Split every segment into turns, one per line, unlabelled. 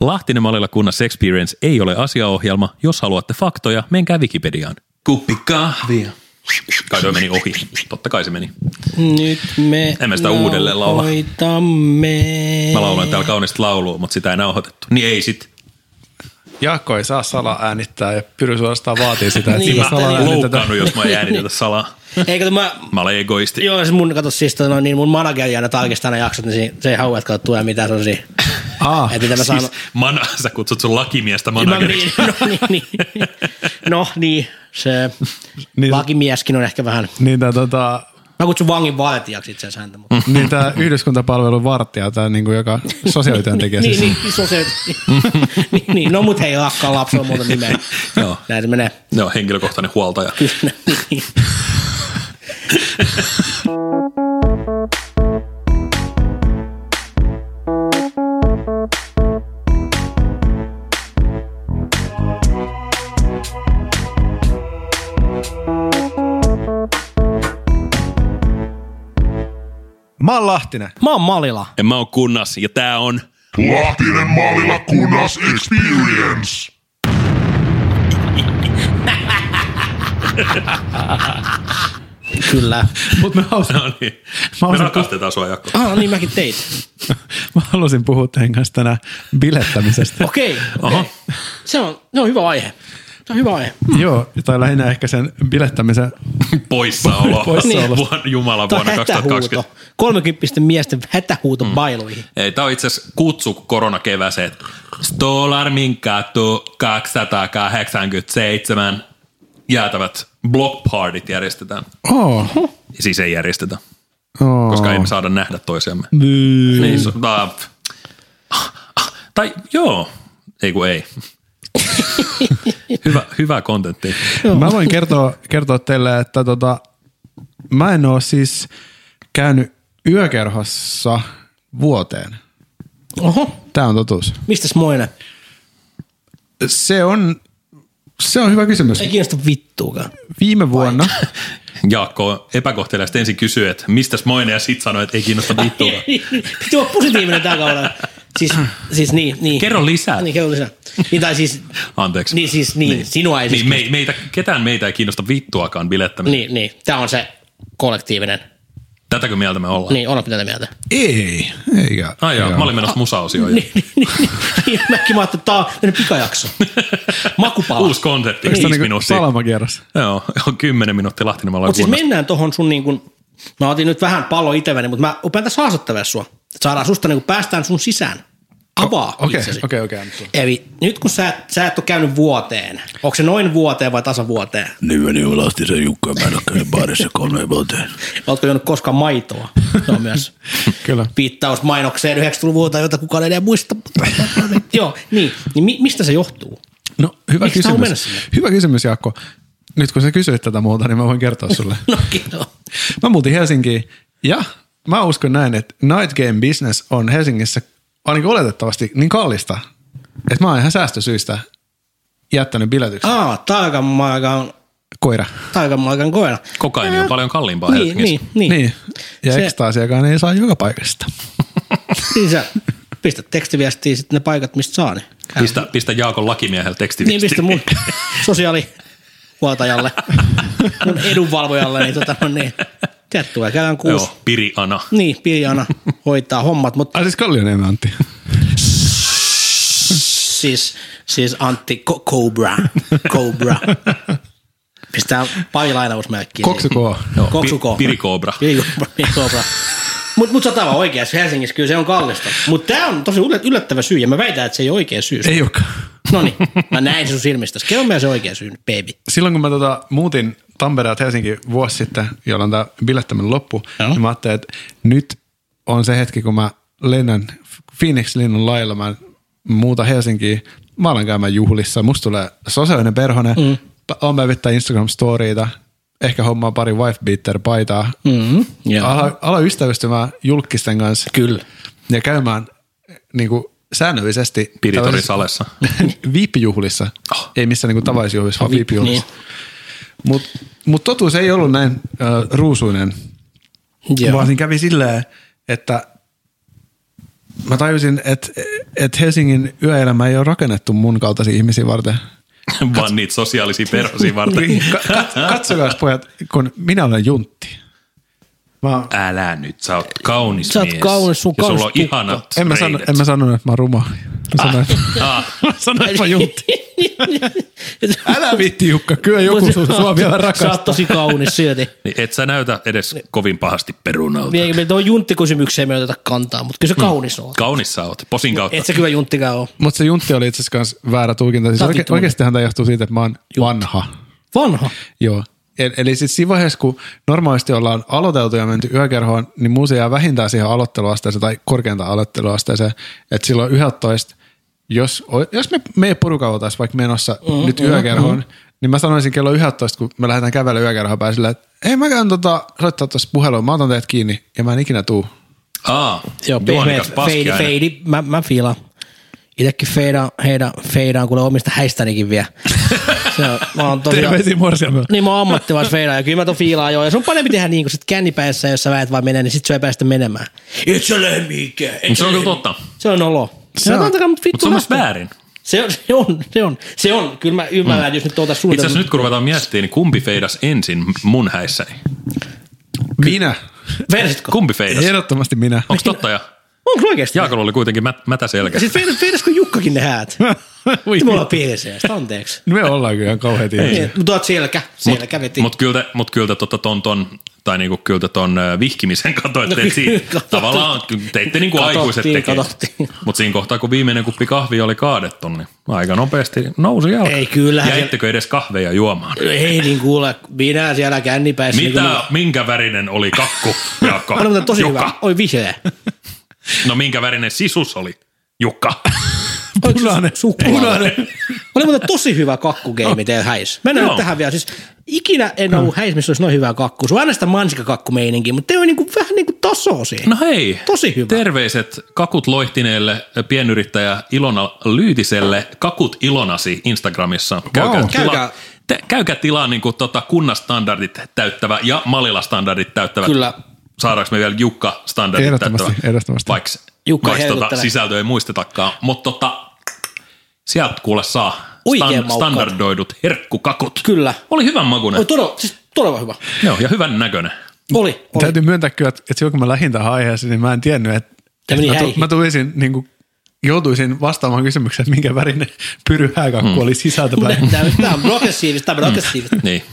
Lahtinen Malilla kunnassa Experience ei ole asiaohjelma. Jos haluatte faktoja, menkää Wikipediaan.
Kuppi kahvia.
Kai toi meni ohi. Totta kai se meni.
Nyt me
En mä sitä uudelleen laula.
Hoitamme.
Mä laulan täällä kaunista laulua, mutta sitä ei nauhoitettu. Niin ei sit.
Jaakko ei saa salaa äänittää ja Pyry suorastaan vaatii sitä, että
Niin,
sillä
Mä
salaa äänitetään.
loukkaannut, jos mä en äänitetä salaa.
Eikö mä,
Mä olen egoisti.
joo, se mun, kato siis, tota noin, niin mun manageri aina tarkistaa ne jaksot, niin se, se ei halua, että kato tulee mitään sellaisia.
Ah,
Että mitä mä saan.
Siis mana, sä kutsut sun lakimiestä
Mä,
manageriksi.
niin, no, niin, niin. no niin, se
Niin.
lakimieskin on ehkä vähän.
niin tämä tota,
Mä kutsun vangin vartijaksi itse asiassa häntä. Mutta.
niin tää yhdyskuntapalvelun vartija, tämä niinku, joka sosiaalityöntekijä
Niin,
siis.
niin, niin, se on se, niin, niin, no mut hei, lakkaa lapsella muuta nimeä.
Joo.
Näin se menee.
Ne on henkilökohtainen huoltaja.
Mä oon Lahtinen.
Mä oon Malila.
En mä oon kunnas ja tää on...
Lahtinen maalilla kunnas experience.
Kyllä.
Mut mä halusin,
No niin.
Mä
Me
olisin-
rakastetaan sua, Jaakko.
Ah, niin mäkin teit.
mä halusin puhua teidän kanssa tänään bilettämisestä.
Okei. Okay.
Oho.
Se on, se on hyvä aihe. Se on hyvä aihe.
Joo, tai lähinnä ehkä sen bilettämisen
Poissaolo.
Poissaolo.
Vuonna, Jumala
Tämä on
vuonna
hätähuuto.
2020.
30 miesten hätähuuto mm. bailuihin.
Ei, tää on itse asiassa kutsu koronakevääseen. Stolarmin katu 287 jäätävät block partyt järjestetään.
Oh.
Siis ei järjestetä,
Oh.
koska emme saada nähdä toisiamme.
Niin.
Niin, so, tai, tai joo, ei kun ei. hyvä, hyvä kontentti.
Mä voin kertoa, kertoa teille, että tota, mä en ole siis käynyt yökerhossa vuoteen.
Mm.
Oho,
Tämä on totuus.
mistäs moinen?
Se on, se on hyvä kysymys.
Ei kiinnosta vittuukaan.
Viime vuonna,
Jaakko epäkohteliaasti ensin kysyi, että mistäs moinen ja sit sanoi, että ei kiinnosta vittua.
Niin. Piti olla positiivinen tällä kaudella. Siis, siis niin, niin.
Kerro lisää.
Niin, kerro lisää. Niin, tai siis,
Anteeksi.
niin, siis, niin, niin. sinua ei siis
Niin, me, meitä, ketään meitä ei kiinnosta vittuakaan bilettäminen.
Niin, niin. Tämä on se kollektiivinen.
Tätäkö mieltä me ollaan?
Niin, olla tätä mieltä.
ei, eikä.
Ai joo, mä olin menossa musaosioon.
Niin, niin, niin, niin. Mäkin mä ajattelin, että tämä on tämmöinen pikajakso. Makupala.
Uusi konsepti,
Eikö
viisi
tää niinku
minuuttia.
Salamakierros?
Joo, on kymmenen minuuttia Lahtinimalla
Mutta siis
kuunnella.
mennään tuohon sun niin kun, mä otin nyt vähän pallo itselleni, mutta mä upean tässä haastattelemaan sua. Et saadaan susta niin kun päästään sun sisään.
Ah,
Avaa
Ah, Okei,
itsesi.
okei, okei. Anttu.
Eli nyt kun sä, et- sä et ole käynyt vuoteen, onko se noin vuoteen vai tasa vuoteen?
Nimeni on Lahtisen niin Jukka, mä en ole käynyt baarissa kolmeen vuoteen.
Oletko juonut koskaan maitoa? Se on myös
Kyllä.
viittaus mainokseen 90-luvulta, jota kukaan ei enää muista. Joo, niin. niin mi- mistä se johtuu?
No, hyvä
Miksi sä haluat mennä
kysymys.
sinne?
Hyvä kysymys, Jaakko. Nyt kun sä kysyit tätä muuta, niin mä voin kertoa sulle.
No kiitos.
Mä muutin Helsinkiin ja mä uskon näin, että night game business on Helsingissä ainakin oletettavasti niin kallista, että mä oon ihan säästösyistä jättänyt
Ah.
biletyksen.
Aa, taakan maakan,
Koira.
taakan maakan koira.
Kokaini on paljon kalliimpaa
Niin,
Helsingissä.
niin, niin.
Niin. Ja
Se-
ekstaasiakaan ei saa joka paikasta.
Niin sä pistät tekstiviestiä sitten ne paikat, mistä saa niin ne.
Pistä, pistä Jaakon lakimiehelle tekstiviesti.
Niin pistä mun sosiaalihuoltajalle, mun edunvalvojalle, niin tota no niin. Terttuja, käydään kuusi.
Joo, Piriana.
Niin, Pirjana hoitaa hommat, mutta
Ai siis Kallioniemen Antti.
siis, siis Antti Ko- Cobra, Cobra. Pistää pari lainausmerkkiä.
Koksu K.
Joo, Koksu K.
Pi- Pirikobra.
Pirikobra. Pirikobra. Mutta mut sä oot aivan oikeassa Helsingissä, kyllä se on kallista. Mutta tämä on tosi yllät- yllättävä syy, ja mä väitän, että se ei ole oikea syy.
Ei olekaan.
No niin, mä näin se sun silmistäsi. Kerro meidän se oikea syy nyt, baby.
Silloin kun mä tota, muutin Tampereelta Helsinki vuosi sitten, jolloin tämä bilettäminen loppu,
Joo.
niin mä ajattelin, että nyt on se hetki, kun mä lennän Phoenix-linnun lailla, mä muuta Helsinkiin, mä alan käymään juhlissa, musta tulee sosiaalinen perhonen, mm. on päivittää Instagram-storiita, ehkä hommaa pari wife-beater-paitaa,
Mm-hmm.
ala, ala ystävystymään julkisten kanssa. Kyllä. Ja käymään niin kuin, säännöllisesti
Piritorin salessa.
tällaisissa viippijuhlissa, oh. ei missään niin tavaisjuhlissa, vaan viippijuhlissa.
Ah. Niin.
Mutta mut totuus ei ollut näin äh, ruusuinen,
Joo.
vaan siinä kävi silleen, että mä tajusin, että et Helsingin yöelämä ei ole rakennettu mun kaltaisia ihmisiä varten.
Vaan niitä sosiaalisia perhosia varten.
Niin, ka- kat- Katsokaa pojat, kun minä olen juntti. Mä, oon-
Älä nyt, sä oot kaunis
Sä oot
mies.
kaunis, sun
ja sulla on
kaunis tukka.
ihanat
en, mä sano,
reidet.
en mä sanonut, että mä oon rumo. Mä sanoin,
Ah.
että, mä sanoin, että mä oon juntti. Älä viitti Jukka, kyllä joku sun sua vielä
Sä oot
rakastaa.
tosi kaunis syöti.
Niin et sä näytä edes
Niin.
kovin pahasti perunalta.
Mie- Me tuon junttikysymykseen me ei oteta kantaa, mutta
Hmm.
kyllä se kaunis on.
Kaunis sä oot, posin kautta.
Niin, Et se kyllä junttikään ole.
Mutta se juntti oli itse asiassa kans väärä tulkinta. Siis
Sä oot
oike-
vittu.
oikeastihan tämä johtuu siitä, että mä oon vanha.
Vanha.
Joo. Eli, eli siis siinä vaiheessa, kun normaalisti ollaan aloiteltu ja menty yökerhoon, niin muu se jää vähintään siihen aloitteluasteeseen tai korkeintaan aloitteluasteeseen. Että silloin 11, jos, o- jos me, me porukalla oltaisiin vaikka menossa
Mm-hmm.
mm, nyt yökerhoon, mm, niin mä sanoisin kello 11, kun me lähdetään kävellä yökerhoon päin sillä, että ei mä käyn tota, soittaa tuossa puhelua, mä otan teidät kiinni ja mä en ikinä tuu.
Aa,
Joo, pehmeät,
juonikas
feidi,
paskiainen.
feidi. Mä, mä fiilaan. Itekin feidaan, heidän, feidaan kuule omista häistänikin vielä. Se on, mä oon tosiaan,
morsiamella.
niin mä oon ammattilais feidaan ja kyllä mä ton fiilaan joo. Ja se on parempi tehdä niin, kun sit kännipäissä, jos sä väet vaan menee, niin sit sä ei päästä menemään. Et sä lähde mihinkään. et
Mut
sä
Se on
lähde
kyllä totta,
Se on olo.
Se
Se
on-
on, antakaa mut
mutta se
vittu
on myös
lähteä.
väärin.
Se on, se on, se on, se on. Kyllä mä ymmärrän, mm. jos nyt otat
Itse
suunnitelma.
asiassa nyt kun ruvetaan miettimään, niin kumpi feidas ensin mun häissäni?
Minä.
Versitko?
Kumpi feidas?
Ehdottomasti minä.
Onko totta ja?
Onko oikeesti?
Jaakolla oli kuitenkin mä, mätä selkä.
Siis feidas, feidas kun Jukkakin ne häät.
Ui,
Sitten me ollaan piiriseestä, anteeksi.
Me ollaan kyllä ihan kauheat ihmiset.
Niin, Mutta oot selkä, selkä veti.
Mutta kyllä, te- mut kyllä te tota ton, ton, tai niinku kyllä te ton ö, vihkimisen
No
katoitte,
kyllä,
no, siitä,
katsottiin.
tavallaan ky- teitte niin kuin
Katsottiin,
aikuiset tekee.
katsottiin.
Mutta siinä kohtaa, kun viimeinen kuppi kahvia oli kaadettu, niin aika nopeasti nousi jalka.
Ei, kyllähän
Jäittekö edes kahveja juomaan?
Ei niin kuule, minä siellä kännipäissä.
Mitä,
Niin
minkä värinen oli kakku, Jaakko?
kuin, on tosi
Jukka.
hyvä. Oi vihreä.
No minkä värinen sisus oli, Jukka?
Punainen.
Suklaa.
Punainen.
siis Oli muuten tosi hyvä kakkugeimi teillä häis. Mennään
No. Joo. No.
nyt tähän vielä. Siis ikinä en ollut häis, missä olisi noin hyvää kakkua. Se on aina sitä mansikakakkumeininkiä, mutta teillä on niinku, vähän niin kuin tasoa siihen.
No hei.
Tosi hyvä.
Terveiset kakut loihtineelle pienyrittäjä Ilona Lyytiselle. Kakut Ilonasi Instagramissa. Käykää,
Käykää.
Tila, te, käykää tilaa niin kuin, tota, kunnan standardit täyttävä ja Malila standardit täyttävä.
Kyllä.
Saadaanko me vielä Jukka standardit
Ehdottomasti,
täyttävä?
ehdottomasti.
Vaikka,
Jukka ei
vaikka tota,
heiluttele.
sisältöä ei muistetakaan. Mutta tota, sieltä kuule saa
Oikein
stan,
maukkaat.
standardoidut herkkukakut.
Kyllä.
Oli hyvän makuinen.
Oli todella, siis todella hyvä.
Joo, ja hyvän näköinen.
Oli, oli.
Täytyy myöntää kyllä, että että silloin kun mä lähdin tähän aiheeseen, niin mä en tiennyt, että,
meni
että mä, tu-
häihin.
mä tulisin niin kuin, joutuisin vastaamaan kysymykseen, että minkä värinen pyry hääkakku oli sisältäpäin.
Tämä on progressiivista, tämä on progressiivista.
Niin.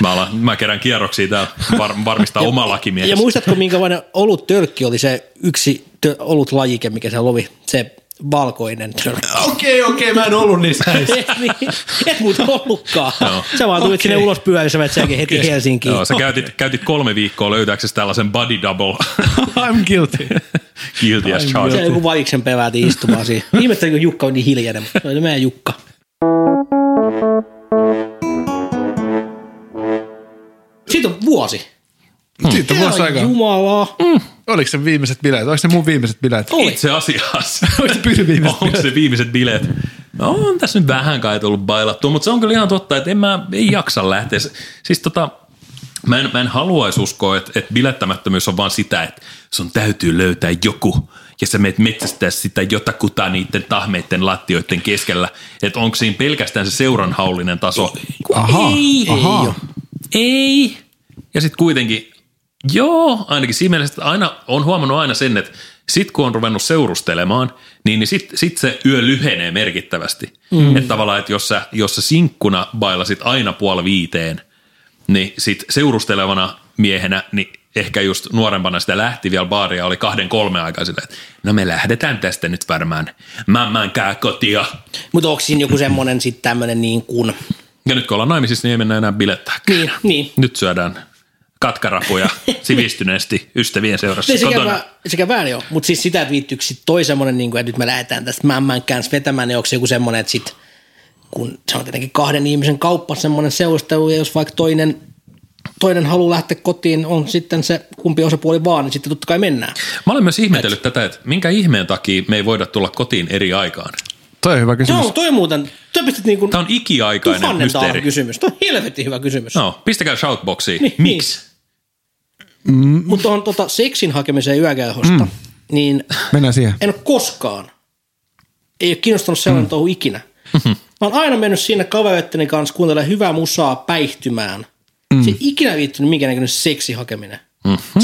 Mä, alan, mä kerään kierroksia täällä var, varmistaa oma lakimies.
Ja muistatko, minkälainen olut tölkki oli se yksi tö, olut lajike, mikä se lovi? Se valkoinen tölkki.
Okei, okei, mä en ollut niissä häissä.
Niin, Et muuta ollutkaan.
Joo.
Sä vaan tulit
Okei.
sinne ulos pyörissä, sä menet senkin heti Helsinkiin.
Joo, sä käytit, käytit kolme viikkoa löytääksesi tällaisen body double
I'm guilty.
guilty as
Siellä
charged.
joku valiksen peväti istumaan siihen. Ihmettelin, kun Jukka on niin hiljainen, mutta se oli meidän Jukka. Siitä on vuosi.
Siitä on vuosi aikaa.
Jumala.
Oliko se viimeiset bileet? Oliko ne mun viimeiset bileet?
Oli.
Itse asiassa.
Oliko se pyry viimeiset
Onko
bileet?
se viimeiset bileet? No on tässä nyt vähän kai tullut bailattua, mutta se on kyllä ihan totta, että en mä, ei jaksa lähteä. Se- Siis tota, mä en, mä en haluaisi uskoa, että, että bilettämättömyys on vaan sitä, että sun täytyy löytää joku ja sä meet metsästää sitä jotakuta niiden tahmeiden lattioiden keskellä. Että onko siinä pelkästään se seuranhaullinen taso?
Ahaa,
ei,
ahaa.
ei, oo. ei. Ja sitten kuitenkin, joo, ainakin siinä mielessä, että aina, on huomannut aina sen, että sit kun on ruvennut seurustelemaan, niin, niin sit, sit se yö lyhenee merkittävästi. Mm. Että tavallaan, että jos sä, jos sä sinkkuna bailasit aina puoli viiteen, niin sit seurustelevana miehenä, niin ehkä just nuorempana sitä lähti vielä baaria, oli kahden kolme aikaa silleen, että no me lähdetään tästä nyt varmaan mämmänkää kotia.
Mutta onko siinä joku semmoinen sitten tämmöinen niin kuin...
Ja nyt kun ollaan naimisissa, niin ei mennä enää bilettää.
Niin, niin.
Nyt syödään katkarapuja sivistyneesti ystävien seurassa
Ei Niin, sekä,
kotona.
vä, sekä väärin ole, mutta siis sitä, että viittyykö sit toi semmoinen, niin kuin, että nyt me lähdetään tästä mämmän kanssa vetämään, niin onko se joku semmoinen, että sit, kun se on tietenkin kahden ihmisen kauppa semmoinen seurustelu, ja jos vaikka toinen, toinen haluaa lähteä kotiin, on sitten se kumpi osapuoli vaan, niin sitten totta kai mennään.
Mä olen myös ihmetellyt tätä, että minkä ihmeen takia me ei voida tulla kotiin eri aikaan.
Toi on hyvä kysymys.
Joo, toi on muuten, toi pistet niin kuin
Tämä No. on ikiaikainen
tuhannen taalan
mysteeri.
kysymys. Toi on helvetin hyvä kysymys.
No, pistäkää shoutboxiin.
Niin.
Miksi?
Mutta on tota, seksin hakemiseen yökerhosta. Mm. niin
Mennään siihen.
en ole koskaan, ei ole kiinnostanut sellainen mm. touhu ikinä. Mä oon aina mennyt siinä kavereitteni kanssa kuuntelemaan hyvää musaa päihtymään. Mm. Se ei ikinä viittynyt minkäännäköinen seksi hakeminen.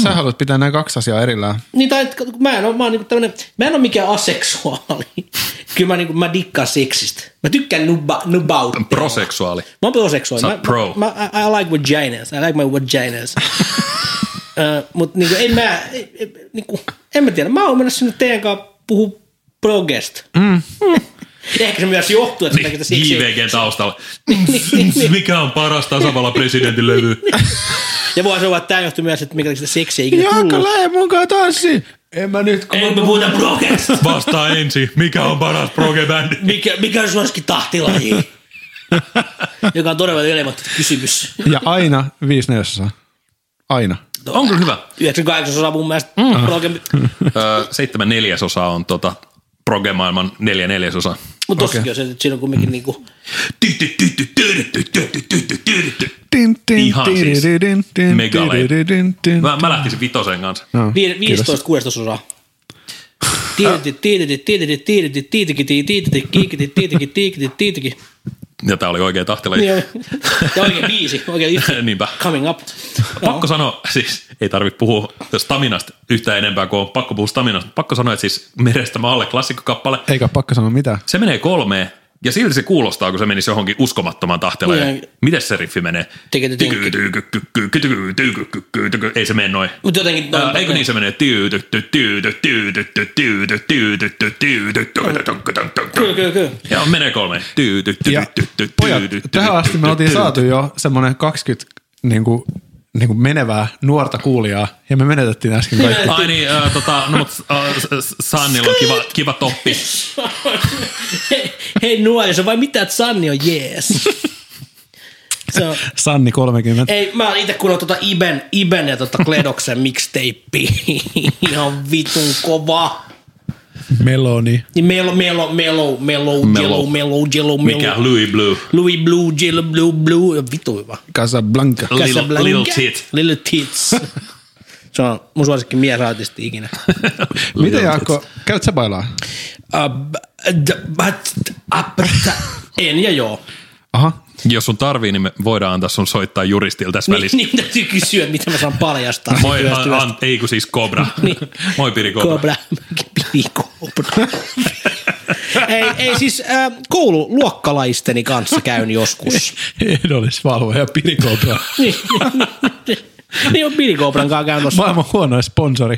Sä haluat pitää nämä kaksi asiaa erillään.
Niin tai, et- mä en ole, mä, oon niinku tämmönen, mä en ole mikään aseksuaali. Kyllä mä, niinku, mä dikkaan seksistä. Mä tykkään nuba, nubautta.
Proseksuaali.
Mä oon proseksuaali.
Sä
Mä,
oot pro.
Mä, mä, I, I like vaginas. I like my vaginas. uh, Mutta niinku, en mä, ei- ei- niinku, en mä tiedä. Mä oon mennä sinne teidän kanssa puhuu progesta. Mm. Niin Ehkä se myös johtuu, että niin, siksi.
JVG taustalla.
niin.
Mikä on paras tasavallan presidentin levy?
Ja voisi olla, että tämä johtuu myös, että mikä sitä seksiä ei ikinä
Jaakko,
tullut.
lähde mukaan tanssiin! En mä nyt, kun
Ei me puhuta progesta.
Vastaa ensin. Mikä on paras progebändi?
Mikä, mikä on suosikin tahtilaji? Joka on todella relevanttu kysymys.
Ja aina viisi neljäsosaa. Aina.
Onko hyvä?
98 osaa mun mielestä. Mm.
Öö, seitsemän neljäsosaa on tota progemaailman neljä neljäsosaa.
Mutta tossakin okay. on se, että siinä on kumminkin niinku,
Tin, tin,
Ihan
tin,
siis
tin, tin, tin,
megalei.
tin, tin, tin.
Mä, mä lähtisin vitosen kanssa.
No,
Viide-
kiitos.
15 kuudesosaa. Tiititi, tiititi, tiititi, tiititi, tiitiki, tiititi, kiikiti, tiitiki, tiikiti, tiitiki.
Ja tää oli oikea tahtilaji.
Niin on. Ja oikein biisi, oikein yksi.
Niinpä.
Coming up.
Pakko sanoa, siis ei tarvitse puhua staminasta yhtään enempää kuin on pakko puhua staminasta. Pakko sanoa, että siis merestä maalle klassikkokappale.
Eikä ole pakko sanoa mitään.
Se menee kolmeen ja silti se kuulostaa, kun se menisi johonkin uskomattoman tahtelajan.
Niin.
Miten se riffi menee?
Tikitytinki.
Tyky, tyky, kyky, kyky, tyky, kyky, tyky. Ei se mene noin.
Mutta jotenkin...
Ää, Eikö niin se menee? Tyytytty, tyytytty, tyytytty, tyytytty, tyytytty, tönkkö, tönkkö,
Kyllä,
tönkkö.
kyllä, kyllä.
Ja menee kolmeen. Tyytytty,
Ja
tyytytty,
pojat,
tyytytty,
tähän asti me oltiin
tyytytty.
saatu jo semmoinen 20 niin kuin, niin kuin menevää nuorta kuulijaa, ja me menetettiin äsken kaikki.
Ai niin, äh, tota, no mut äh, s- s- Sannilla on kiva, kiva toppi.
Hei, hei nuoriso, vai mitä, että Sanni on jees? Se on,
Sanni 30.
Ei, mä oon itse kuunnellut tota Iben, Iben ja tota Kledoksen mixtape. Ihan vitun kova.
Eh.
Meloni.
Niin melo, melo, melo, melo, melo, melo, jello, melo.
Mikä? Louis Blue.
Louis Blue, Jello Blue, Blue. Vitu hyvä.
Casablanca.
Little-
Casablanca.
Little Tit.
Little Tits. Se on mun suosikki miesartisti ikinä.
Miten Jaakko, käyt sä bailaa?
Uh, d- but- up- t- en ja joo.
Aha,
Jos sun tarvii, niin me voidaan antaa sun soittaa juristilta tässä välissä.
Niin täytyy kysyä, että miten mä saan paljastaa.
Moi,
Työstä,
an,
työstä.
an, ei kun siis Cobra.
Niin.
Moi Piri Cobra.
Kobra. Piti kobra. ei, ei siis äh, koululuokkalaisteni kanssa käyn joskus.
ehdollisvalvoja Pirikobra.
niin, niin on Piti Kobran kanssa käyn tuossa
Maailman huonoin sponsori.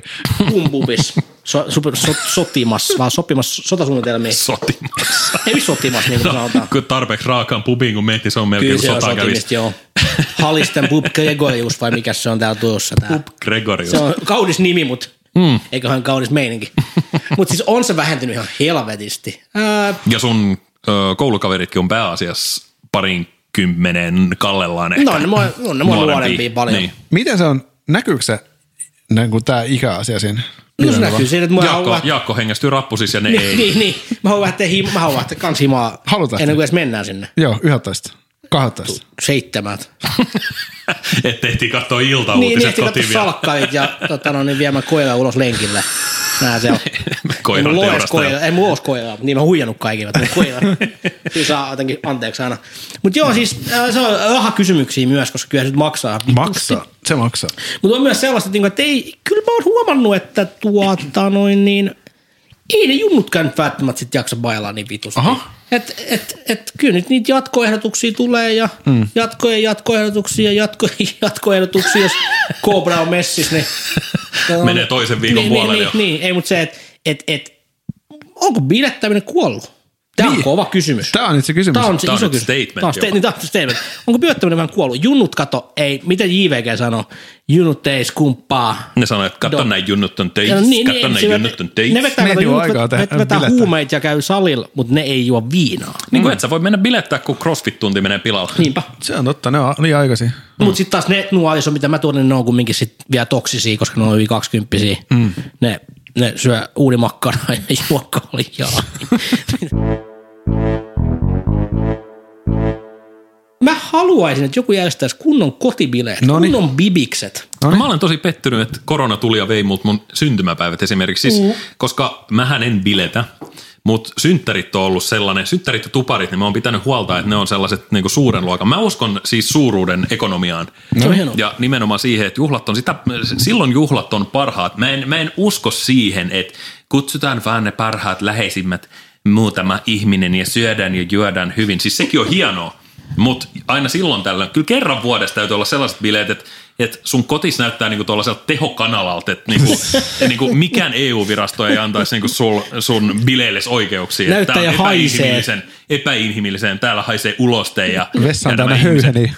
kumpubis. So, super, so, sotimas, vaan sopimas sotasuunnitelmiin.
Sotimassa.
Ei sotimas, niin kuin sanotaan.
Kun tarpeeksi raakaan pubiin, No, kun mehti, se on melkein
Kyllä
kuin
se on
sotaa kävisi.
sotimista, joo. Halisten Bub Gregorius, vai mikä se on täällä tuossa tää?
Gregorius.
Se on kaunis nimi, mutta
Hmm.
mm. eiköhän kaunis meininki. mutta siis on se vähentynyt ihan helvetisti. Ää,
Ja sun ö, koulukaveritkin on pääasiassa parin kymmenen kallellaan ehkä.
No on ne mua, on ne mua
Nuorempia.
nuorempia paljon.
Niin.
Niin.
Miten se on, näkyykö se niin kuin tämä ikäasia siinä?
No se näkyy siinä, että mä haluan
Jaakko,
lähteä,
Jaakko hengästyy rappusis ja ne ei.
niin, niin, mä haluan lähteä, him, mä haluan lähteä kans himaa
Haluat lähteä?
ennen kuin edes mennään sinne.
Joo, 11. 12.
Seitsemät.
Että ehtii katsoa
Niin, niin
iltauutiset
ehti
niin,
katsoa
kotiin vielä.
salkkarit ja tota, no, niin viemään koiraa ulos lenkillä. Nää se on. Ei
Koiran
mulla ole edes
teurastaja.
koiraa, ei mulla ole edes koiraa, mutta niin mä oon huijannut kaikille, että mulla on koira. Siinä saa jotenkin anteeksi aina. Mutta joo, siis äh, se on rahakysymyksiä myös, koska kyllä se nyt maksaa.
Maksaa. Se maksaa.
Mutta on myös sellaista, niinku, että ei, kyllä mä oon huomannut, että tuota noin niin, ei ne junnutkaan nyt välttämättä sit jaksa bailaa niin vitusti.
Aha.
Et, et, et, kyllä nyt niitä jatkoehdotuksia tulee ja mm. jatkoja jatkoehdotuksia ja jatko, jatkoehdotuksia, jos Cobra on messis, niin...
Menee toisen viikon
niin,
puolelle
niin,
jo.
niin, niin, ei, mutta se, että et, et, onko bilettäminen kuollut? Tämä on
Niin.
kova kysymys.
Tämä on nyt se kysymys.
Tämä on se
Tää on
iso
nyt
kysymys.
statement
Tämä on,
jopa.
sta- niin, tämä on statement. Onko pyöttäminen vähän kuollut? Junnut kato, ei. Mitä JVG sanoo? Junnut ei skumppaa.
Ne sanoo, että katso
Joo.
näin junnut on
Ja
töissä,
no
katso näin
se-
junnut on töissä.
Ne vetää,
Ne
kato,
ei juo
junnut
aikaa
vet-
tehdä
vet- vetää
bilettää.
huumeita ja käy salilla, mutta ne ei juo viinaa.
Niin kuin et sä voi mennä bilettää, kun crossfit tunti menee pilalle.
Niinpä.
Se on totta, ne on niin liian aikaisin.
Mutta sitten Mm. taas ne nuoriso, mitä mä tuon, niin ne on kumminkin sit vielä toksisia, koska ne on yli kaksikymppisiä. Mm. Ne, ne syö uunimakkaraa ja juo kaljaa. mä haluan haluaisin, että joku järjestäisi kunnon kotibileet,
Noniin.
kunnon bibikset.
No niin. Mä olen tosi pettynyt, että korona tuli ja vei mut mun syntymäpäivät esimerkiksi, siis, mm. koska mähän en biletä, mutta synttärit on ollut sellainen, synttärit ja tuparit, niin mä oon pitänyt huolta, että ne on sellaiset niin suuren luokan. Mä uskon siis suuruuden ekonomiaan.
Se on hienoa.
Ja nimenomaan siihen, että juhlat on sitä, silloin juhlat on parhaat. Mä en, mä en usko siihen, että kutsutaan vaan ne parhaat läheisimmät muutama ihminen ja syödään ja juodaan hyvin. Siis sekin on hienoa, mutta aina silloin tällöin. Kyllä kerran vuodessa täytyy olla sellaiset bileet, että et sun kotis näyttää niinku tuollaiselta tehokanalalta, että niinku, et niinku mikään EU-virasto ei antaisi niinku sul, sun bileilles oikeuksia.
Näyttää
Tää on
ja haisee.
epäinhimillisen- Epäinhimillisen, täällä haisee uloste ja,
Vessa on
ja nämä
täynnä
ihmiset-
höyheniä.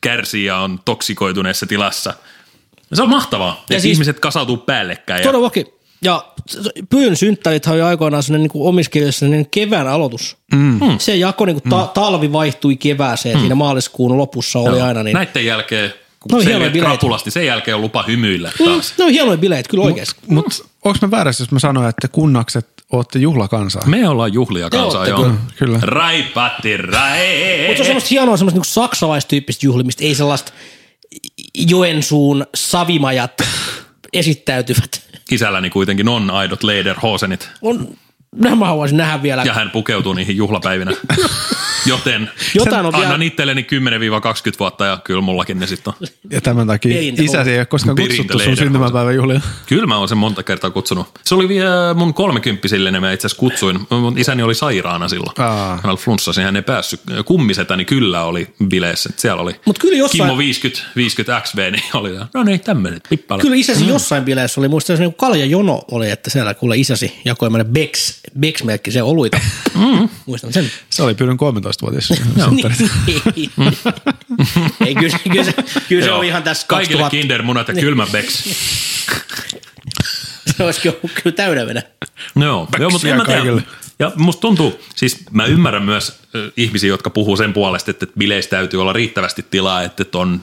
kärsii ja on toksikoituneessa tilassa. Se on mahtavaa, ja että
siis-
siis, ihmiset kasautuu päällekkäin. Ja,
Todellakin. Ja s- s- Pyyn synttärithän oli aikoinaan sellainen niin kuin omissa kirjoissa niin kevään aloitus. Mm. Se jako, niin kuin ta- talvi vaihtui kevääseen, mm. siinä maaliskuun lopussa oli aina. Niin,
Näiden jälkeen,
No,
kun no,
hienoja
selviät
bileitä.
krapulasti, sen jälkeen on lupa hymyillä
Mm,
taas.
ne on hienoja bileet, kyllä oikeasti.
Mutta onko mä väärässä, jos mä sanoin, että kunnakset ootte juhlakansaa?
Me ollaan juhlia kansaa,
ootte
joo.
kyllä. Kyllä.
Raipatti, rai.
Mutta se on semmoista hienoa, semmoista niinku saksalaistyyppistä juhlimista, ei sellaista Joensuun savimajat esittäytyvät.
Isälläni kuitenkin on aidot Lederhosenit,
On, nämä mä haluaisin nähdä vielä.
ja hän pukeutuu niihin juhlapäivinä. Joten
Jotain on
annan
vielä-
itselleni 10-20 vuotta, ja kyllä mullakin ne sitten on.
Ja tämän takia
Perintä-
isäsi ei ole koskaan
Perintä
kutsuttu sun
leirahauta.
syntymäpäivän juhlia.
Kyllä mä oon sen monta kertaa kutsunut. Se oli vielä mun kolmekymppisille, ne mä itse asiassa kutsuin. Mun isäni oli sairaana silloin.
Aa.
Hänellä flunssasi, hän ei päässyt. Kummisetäni kyllä oli bileissä, että siellä oli.
Mut kyllä jossain-
Kimmo 50, 50 XV, niin oli. No niin, tämmöinen pippala.
Kyllä isäsi mm. jossain bileissä oli, muistan, niin kaljajono oli, että siellä kuule isäsi jakoi meille Bex, Bex-merkki, se oluita. Mm. Muistan sen.
Se oli pyydän 13-vuotias. synttärit.
Niin. Ei, kyllä, se- kyllä, se- kyllä se
Joo.
oli ihan tässä Niin.
Kaikille
2000.
kindermunat ja kylmä Bex.
Se olisi ollut kyllä täydellenä.
No joo, joo mutta en mä tiedä.
kaikille.
Ja musta tuntuu, siis mä ymmärrän myös ö, ihmisiä, jotka puhuu sen puolesta, että bileissä täytyy olla riittävästi tilaa, että et on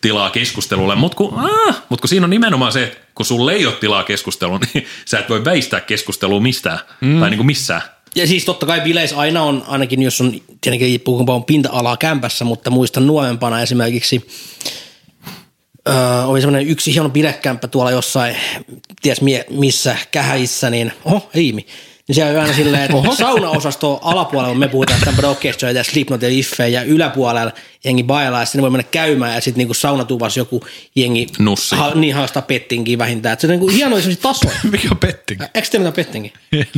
tilaa keskustelulle, mutta kun, aah, mut kun siinä on nimenomaan se, että kun sulle ei ole tilaa keskusteluun, niin sä et voi väistää keskustelua mistään, mm. tai niinku missään.
Ja siis totta kai bileissä aina on, ainakin jos on, tietenkin riippuu kumpa on pinta-alaa kämpässä, mutta muistan nuorempana esimerkiksi, öö, oli semmoinen yksi hieno bilekämppä tuolla jossain, ties mie, missä, kähäissä, niin, oho, Riimi. Niin siellä on aina silleen, että saunaosasto alapuolella, me puhutaan tämän Brockestra ja Slipknot ja Iffeen ja yläpuolella jengi bailaa, ja sitten ne voi mennä käymään, ja sitten niinku saunatuvassa joku jengi
Nussi.
niin haastaa pettinkin vähintään. Et se on niinku hienoja semmoisia tasoja.
Mikä on petting?
Eikö teillä mitään pettingi?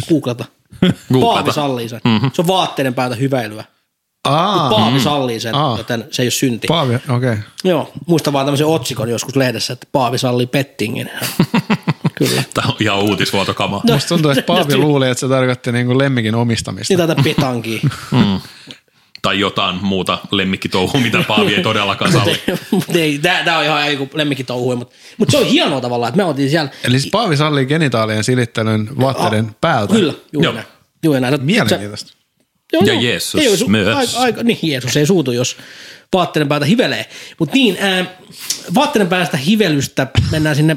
Googlata.
Googlata.
Paavi sallii sen.
Mhm.
Mm-hmm. Se on vaatteiden päältä hyväilyä.
Aa,
Paavi sallii sen,
Aa.
joten se ei ole synti.
Paavi, okei. Okay.
Joo, muista vaan tämmöisen otsikon joskus lehdessä, että Paavi sallii pettingin. Kyllä.
Tämä on ihan uutisvuotokama. No.
Musta tuntuu, että Paavi luuli, että se tarkoitti niinku lemmikin omistamista.
Niin tätä petankia.
Tai jotain muuta lemmikkitouhua, mitä Paavi ei todellakaan salli.
mutta ei, tää, tää on ihan joku lemmikkitouhuja, mutta mut se on hienoa tavallaan, että me oltiin siellä.
Eli siis Paavi sallii genitaalien silittelyn vaatteiden päältä.
Kyllä, juuri
Joo.
näin. Juuri näin. Sä-
Mielenkiintoista.
Joo,
Ja
joo.
Jeesus
ei, su-
myös.
Aika, aika, niin, Jeesus ei suutu, jos vaatteiden päältä hivelee. Mutta niin, ää, vaatteiden päästä hivelystä mennään sinne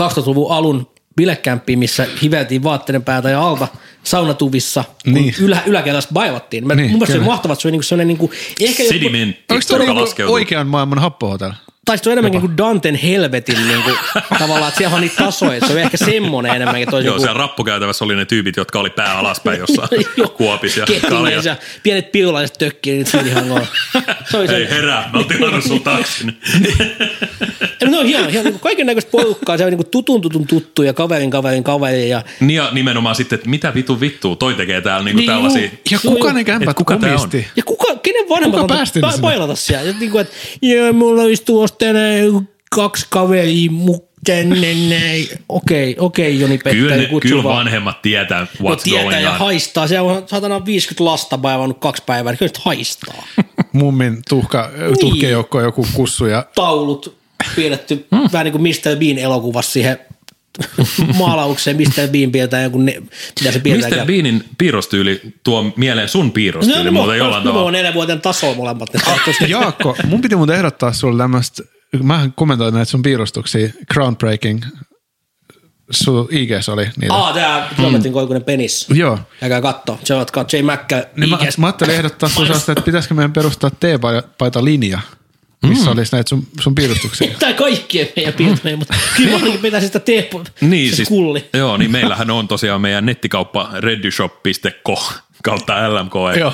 2000-luvun alun bilekämppiin, missä hiveltiin vaatteiden päältä ja alta saunatuvissa, kun
Niin.
ylä, yläkerrassa baivattiin. Mä, niin,
Niin,
mun mielestä se oli
kyllä.
mahtavaa, että se oli niinku sellainen, niinku, ehkä joku,
Sedimentti,
Onko se
joka
niinku
laskeutuu.
oikean maailman happohotelli?
tai se on enemmänkin kuin Danten helvetin niinku, tavallaan, että siellä on niitä tasoja, että se on ehkä semmoinen enemmänkin. niinku Toi
Joo,
joku,
siellä rappukäytävässä oli ne tyypit, jotka oli pää alaspäin jossain kuopissa ja kaljassa.
ja pienet piulaiset tökkii, niin se oli ihan kova. Se oli
Ei
se,
herää, mä oon tilannut sun taksin.
Ja ne on hieno, hieno niin kaiken näköistä porukkaa, se on niin tutun tutun tuttu ja kaverin kaverin kaveri ja
Niin ja nimenomaan sitten, että mitä vitu vittuu, toi tekee täällä niinku
Niin
niin
juu.
tällaisia.
Ja
Joo,
kuka
joo.
ne kämpät
Et kuka tää
kumisti?
ja kuka, kenen vanhemmat
Kuka
on
päästi ne
pa-
sinne?
pailata siellä? Ja niin kuin, että joo, mulla istuu tänään kaksi kaveria mu- tänne näin. Okei, okei Joni
Kyllä,
Petteri,
ne, kyllä
kutsu vaan.
vanhemmat tietää, what's
No
going
tietää
on.
ja haistaa. Siellä on satana 50 lasta päivännyt kaksi päivää, niin kyllä nyt haistaa.
Mummin tuhka,
Niin.
tuhkejoukko on joku kussu ja
Taulut piirretty
Hmm.
vähän niin kuin Mr. Bean elokuvassa siihen maalaukseen. Mr. Bean piirtää joku, ne, mitä se piirtää.
Mr. Beanin piirrostyyli tuo mieleen sun piirrostyyli no, muuten jollain
Ne on
tavalla.
neljän vuoden tasoa molemmat. Ne katsoo sitä.
Jaakko, mun piti muuten ehdottaa sulle tämmöistä, mä kommentoin näitä sun piirustuksia, groundbreaking su, IGS oli niitä.
Aa, tää kilometrin koikunen penis.
Joo.
Käykää kattoo. Se on katso, J. Mäkkä.
Niin mä, mä ajattelin ehdottaa sun sellaista, että pitäisikö meidän perustaa T-paita linja, missä mm. olisi näitä sun, sun piirustuksia.
Tai kaikkien meidän piirtämeen, mutta kyllä mä pitäisi sitä teeppu.
Niin,
no, se
siis,
kulli.
Joo, niin meillähän on tosiaan meidän nettikauppa reddyshop.co kautta LMK. ei?
Joo.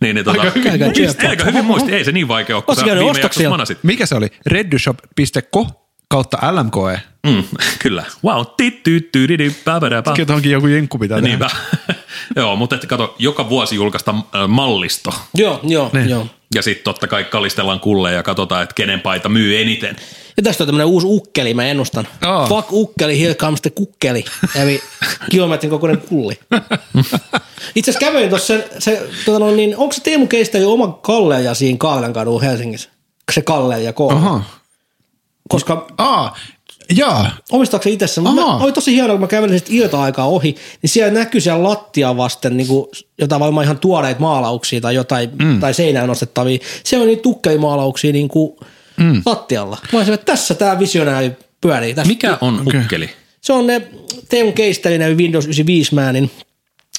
Niin, niin tota,
Aika hyvin
aika,
muistaa.
aika hyvin muisti, ei se niin vaikea ole, kun
Ootko
sä
käynyt
viime
ostoksia?
jaksossa manasit.
Mikä se oli? reddyshop.co kautta LMKE.
Mm, kyllä, wow. Tittyyttyydidy, päpäräpä.
Kyllä tohonkin joku jenkku pitää tehdä.
Niinpä. Niin joo, mutta et kato, joka vuosi julkaistaan äh, mallisto.
Joo, joo, joo.
Ja sitten totta kai kalistellaan kulleja ja katsotaan, että kenen paita myy eniten.
Ja tästä on tämmönen uusi ukkeli, mä ennustan.
Aa.
Fuck ukkeli, here comes the kukkeli. Eli kilometrin kokoinen kulli. Itse asiassa kävin tuossa, se, se, tota noin, niin, onko se Teemu Keistä jo oma kalleja siinä Kaalan kadulla Helsingissä? Se kalleja koulu.
Aha.
Koska
Aa, jaa.
omistaako se itse sen? Mä,
Ahaa.
oli tosi hienoa, kun mä kävelin sitten ilta-aikaa ohi, niin siellä näkyy siellä lattia vasten niin kuin jotain varmaan ihan tuoreita maalauksia tai jotain, mm. tai seinään nostettavia. Siellä on niitä tukkeimaalauksia niin kuin mm. lattialla. Mä olisin, että tässä tämä visionääri pyörii. Tässä.
Mikä on okay. ukkeli?
Se on ne Teemu Keistelinen Windows 95 määnin.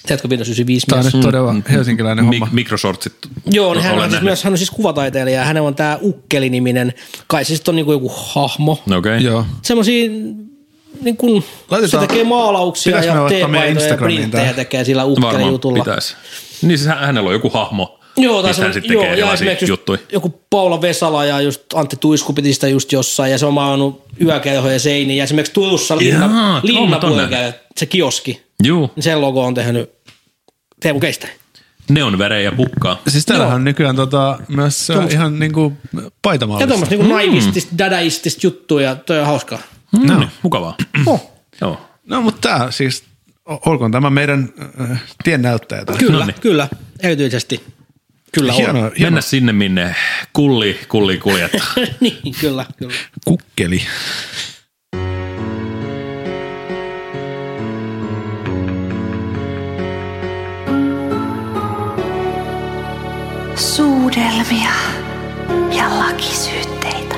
Tiedätkö Windows 95
Tämä on
mies?
nyt todella
Mm-hmm.
helsinkiläinen
Mik-
homma.
mikrosortsit.
Joo, niin hän,
olen
on siis
nähnyt.
myös, hän on siis kuvataiteilija ja hänellä on tämä Ukkeli-niminen, kai se sitten on niinku joku hahmo.
No Okei.
Joo.
Semmoisia, niin kun
Laitetaan-
se tekee maalauksia
Pitäis me
ja
ottaa meidän
teepaitoja ja
Instagramiin
printtejä
tää?
tekee sillä
Varmaan
Ukkeli-jutulla.
pitäisi. Niin siis hä- hänellä on joku hahmo,
Joo, tai
mistä hän
se,
sitten
joo,
tekee
ja
erilaisia
esimerkiksi just
juttuja.
joku Paula Vesala ja just Antti Tuisku piti sitä just jossain, ja se on maalannut yökerhoja seiniin, ja esimerkiksi Turussa
Jaa,
linna,
tuolla mä
linnapuolella
tunnen.
käy se kioski,
Joo,
niin sen logo on tehnyt Teemu Keistä.
neonvärejä ja pukkaa.
Siis täällähän on nykyään tota, myös Tuo. ihan niinku
Ja
paitamallista.
tuommoista niinku
Mm.
naivistista, dadaistista juttua ja toi on hauskaa.
No. Niin, mukavaa.
Oh.
Joo.
No mutta tää siis, o- olkoon tämä meidän äh, tiennäyttäjä. tää.
Kyllä,
Noniin.
kyllä. Erityisesti. Kyllä on.
No, Hieno, hieno
Mennä sinne, minne kulli, kulli kuljettaa.
niin, kyllä, kyllä.
kukkeli.
suudelmia ja lakisyytteitä.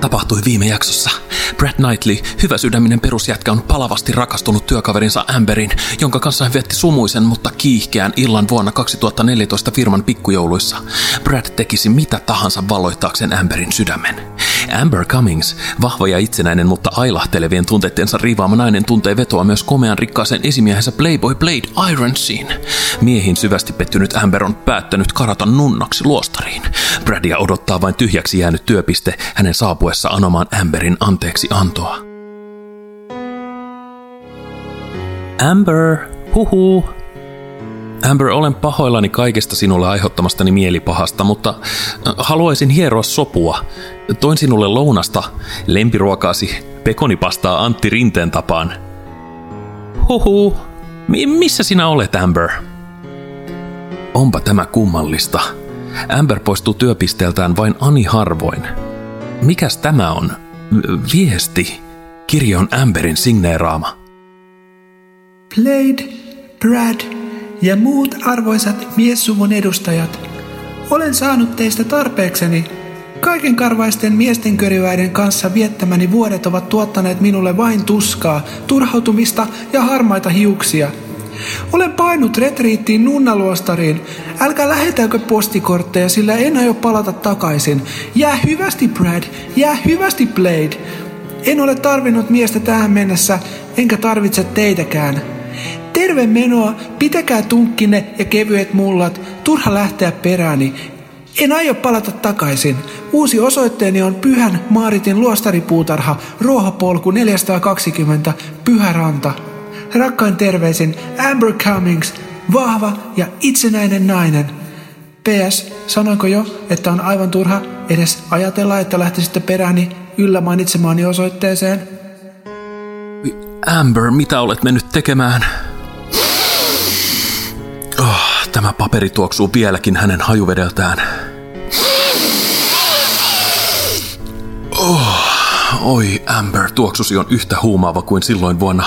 tapahtui viime jaksossa. Brad Knightley, hyvä sydäminen perusjätkä, on palavasti rakastunut työkaverinsa Amberin, jonka kanssa hän vietti sumuisen, mutta kiihkeän illan vuonna 2014 firman pikkujouluissa. Brad tekisi mitä tahansa valloittaakseen Amberin sydämen. Amber Cummings, vahva ja itsenäinen, mutta ailahtelevien tunteittensa riivaama nainen, tuntee vetoa myös komean rikkaaseen esimiehensä Playboy Blade Ironsiin. Miehin syvästi pettynyt Amber on päättänyt karata nunnaksi luostariin. Bradia odottaa vain tyhjäksi jäänyt työpiste hänen saapuessa anomaan Amberin anteeksi antoa. Amber, huhu. Amber, olen pahoillani kaikesta sinulle aiheuttamastani mielipahasta, mutta äh, haluaisin hieroa sopua. Toin sinulle lounasta lempiruokaasi pekonipastaa Antti Rinteen tapaan. Huhu, mi- missä sinä olet, Amber? Onpa tämä kummallista. Amber poistuu työpisteeltään vain ani harvoin. Mikäs tämä on? V- Viesti. Kirja on Amberin signeeraama.
Blade, Brad ja muut arvoisat miessuvun edustajat. Olen saanut teistä tarpeekseni. Kaiken karvaisten miestenköriväiden kanssa viettämäni vuodet ovat tuottaneet minulle vain tuskaa, turhautumista ja harmaita hiuksia. Olen painut retriittiin nunnaluostariin. Älkää lähetäkö postikortteja, sillä en aio palata takaisin. Jää hyvästi, Brad. Jää hyvästi, Blade. En ole tarvinnut miestä tähän mennessä, enkä tarvitse teitäkään. Terve menoa, pitäkää tunkkinne ja kevyet mullat, turha lähteä perääni. En aio palata takaisin. Uusi osoitteeni on Pyhän Maaritin luostaripuutarha, Ruohopolku 420, Pyhäranta. Rakkain terveisin Amber Cummings, vahva ja itsenäinen nainen. PS, sanoinko jo, että on aivan turha edes ajatella, että lähtisitte perääni yllä mainitsemaani osoitteeseen?
Amber, mitä olet mennyt tekemään? Oh, tämä paperi tuoksuu vieläkin hänen hajuvedeltään. Oh, oi, Amber, tuoksusi on yhtä huumaava kuin silloin vuonna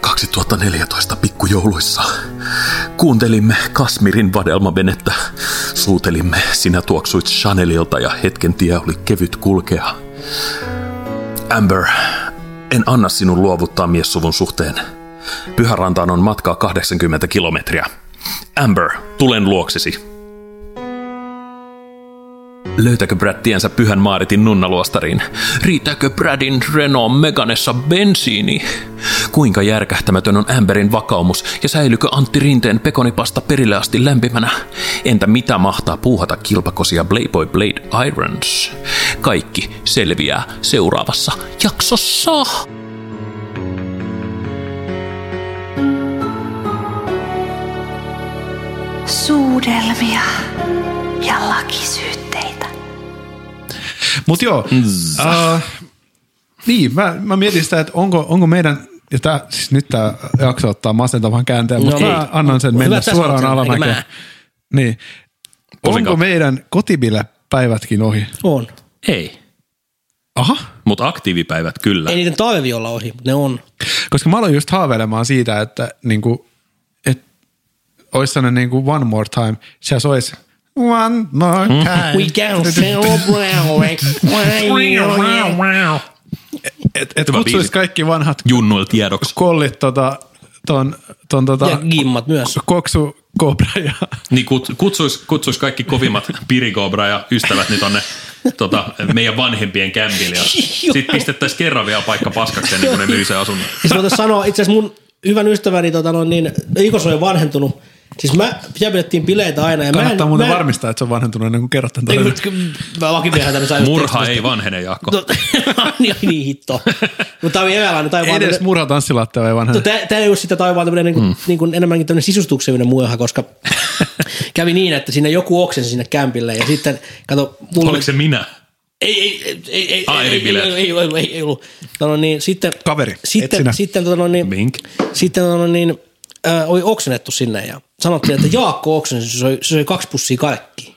2014 pikkujouluissa. Kuuntelimme Kasmirin vadelmavenettä. Suutelimme, sinä tuoksuit Chanelilta ja hetken tie oli kevyt kulkea. Amber,
En anna sinun luovuttaa miessuvun suhteen. Pyhärantaan on matkaa 80 kilometriä. Amber, tulen luoksesi. Löytääkö Brad tiensä pyhän Maaritin nunnaluostariin? Riittääkö Bradin Renault Meganessa bensiini? Kuinka järkähtämätön on Amberin vakaumus ja säilykö Antti Rinteen pekonipasta perille asti lämpimänä? Entä mitä mahtaa puuhata kilpakosia Playboy Blade Irons? Kaikki selviää seuraavassa jaksossa!
Suudelmia ja lakisyytteitä.
Mutta joo,
Mm.
äh, niin, mä, mä mietin sitä, että onko, onko meidän, ja tää, siis nyt tämä jakso ottaa masentavan käänteen, mutta
No
mä
ei.
annan sen
Hyvä,
mennä
että sä
suoraan
sanot sen, eikä
alamäkeen. Niin. Onko
Posinkaan.
meidän kotibile päivätkin ohi?
On.
Ei.
Aha.
Mutta aktiivipäivät kyllä.
Ei niiden taivevi olla ohi, mutta ne on.
Koska mä aloin just haaveilemaan siitä, että niinku, et, olisi sellainen niinku one more time. Siellä sois one more time.
We can celebrate.
Et, et
Hyvä
kutsuisi
biisi.
kaikki vanhat
Junnuil tiedoksi.
kollit tota, ton, ton tota,
Ja gimmat myös.
koksu kobra ja
Niin kut- kutsuis, kutsuis kaikki kovimmat Pirikobra ja ystävät niin tonne tota, meidän vanhempien kämpille. Ja sitten pistettäisiin kerran vielä paikka paskaksi ennen kuin ne myy sen asunnon.
Ja sitten voitaisiin sanoa, itse asiassa mun hyvän ystäväni, tota noin, niin, Iko se on jo vanhentunut. Siis mä, siellä pidettiin bileitä aina. Ja mä
kannattaa
en,
muuten
mä en-
varmistaa, että se on vanhentunut ennen kuin kerrot tämän
Ei,
tarinan.
mut kyllä Mä lakimiehän tänne sain.
Murha ei vanhene, Jaakko.
No, niin, niin hitto. Mutta tämä oli evääläinen taivaan.
Edes Tota- murha tanssilattia ei vanhene.
Tämä ei ollut sitä taivaan tämmöinen niin
Mm.
kuin, niin kuin enemmänkin tämmöinen sisustuksellinen murha, koska kävi niin, että siinä joku oksensi sinne kämpille ja sitten, kato, mulla
Oliko se minä?
Ei, ei, ei, ei,
Ah,
ei,
eri
ei,
bileet.
ei, ei, ei, ei ollut. Tota niin, sitten,
Kaveri, et sinä.
sitten, sitten, tota noin, niin,
Mink.
sitten tota noin, niin, äh, oli oksennettu sinne ja sanottiin, että Jaakko oksensi, se oli, se oli kaksi pussia kaikki.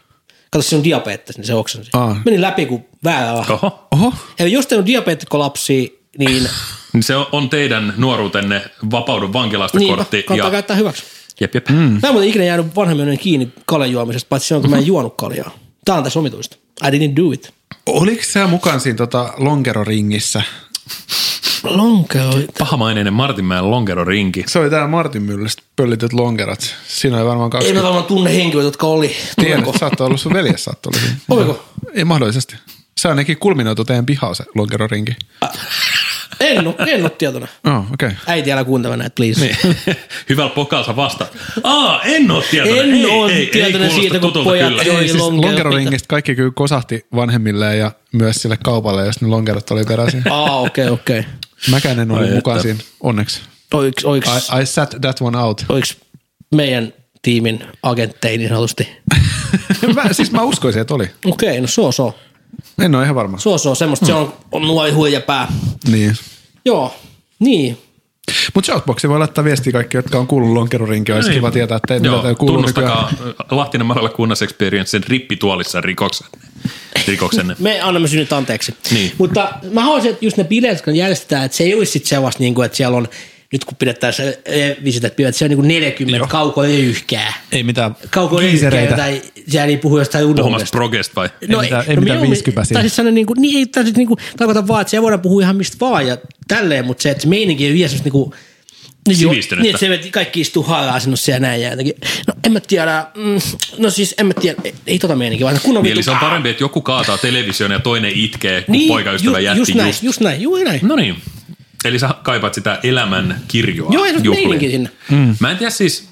Kato, se on diabetes, niin se oksensi.
Aa.
Meni läpi kuin väärä laho.
Oho.
Oho,
Ja jos teillä on diabetikkolapsia, niin,
Niin Se on- on teidän nuoruutenne vapaudu vankilasta
niin
kortti.
kannattaa
Ja...
käyttää hyväksi.
Jep, jep. Mm.
Mä en muuten ikinä jäänyt vanhemmille kiinni kaljan juomisesta, paitsi silloin, kun mä en juonut kaljaa. Tää on tässä omituista. I didn't do it.
oliko sä mukaan siinä tota lonkeroringissä?
Lonkeo.
Pahamaineinen Martinmäen lonkerorinki.
Se oli tää Martin Myllystä pöllityt lonkerot. Siinä oli varmaan
Ei mä
20.
varmaan tunne henkilöitä, jotka oli.
Tiedän, että saattoi olla sun veljes saattoi olla siinä.
Oliko?
Ei mahdollisesti. Se ainakin kulminoitu teidän pihaa se lonkerorinki.
En ole, en ole tietona.
Oh, okei. Okay.
Äiti, älä kuuntele näitä, please. Niin.
Hyvällä pokalsa vasta. Aa, en ole tietoinen.
En
ei,
ole
ei,
tietoinen
ei, kuulosta
siitä, kun
tutulta
pojat
kyllä.
jo- Ei
Ei, siis
lonkeroita.
lonkeroringistä kaikki kyllä kosahti vanhemmille ja myös sille kaupalle, jos ne lonkerot oli peräisin.
Aa, okei, okay, okei. Okay.
Mäkään en ollut
Ai
mukaan
että.
siinä, onneksi.
Oiks, oiks,
I, I sat that one out.
oiks meidän tiimin agentteja niin sanotusti?
mä, siis mä uskoisin, että oli.
Okei, okay, no so so.
En ole ihan varma.
So so, semmoista se on, on nuori huija pää.
Niin.
Joo, niin.
Mutta shoutboxiin voi laittaa viestiä kaikki, jotka on kuullut lonkerorinkiä. Olisi kiva tietää, että ei mitä
Niin. Joo,
teillä kuuluu
tunnustakaa
nykyään.
Lahtinen Maralla kunnas experiencen rippituolissa rikoksen. rikoksenne.
Me annamme synnit anteeksi.
Niin.
Mutta mä haluaisin, että just ne bileet, jotka järjestetään, että se ei olisi sitten sellaista, niin kuin, että siellä on, nyt kun pidetään se visität, että pidetään siellä on niin kuin 40 kaukolöyhkää.
Ei mitään
Kaukolöyhkää, tai siellä ei puhu jostain
Puhumassa
unohdesta.
progest vai?
Ei mitään- ei mitään
mieluummin-
50 siinä.
Tai siis sellainen, niin kuin, niin, ei, tai siis niin kuin, tarkoitan vaan, että siellä voidaan puhua ihan mistä vaan ja tälleen, mutta se, että se meininki on vielä semmoista niin kuin, niin, joo,
Sivistynyttä.
niin, että se, että kaikki istuu haaraa sinussa ja näin. Ja jotenkin, no en mä tiedä, mm, no siis en mä tiedä, ei, ei tota meininkiä, vaan kun on
Niin, Eli se on parempi, että joku kaataa television ja toinen itkee, kun poikaystävä
Niin, ju-
jätti
just. Näin,
just.
just näin, juuri näin.
No niin. Eli sä kaipaat sitä elämän kirjoa.
Joo, ei se
juhliin.
meininki sinne.
Mm. Mä en tiedä siis,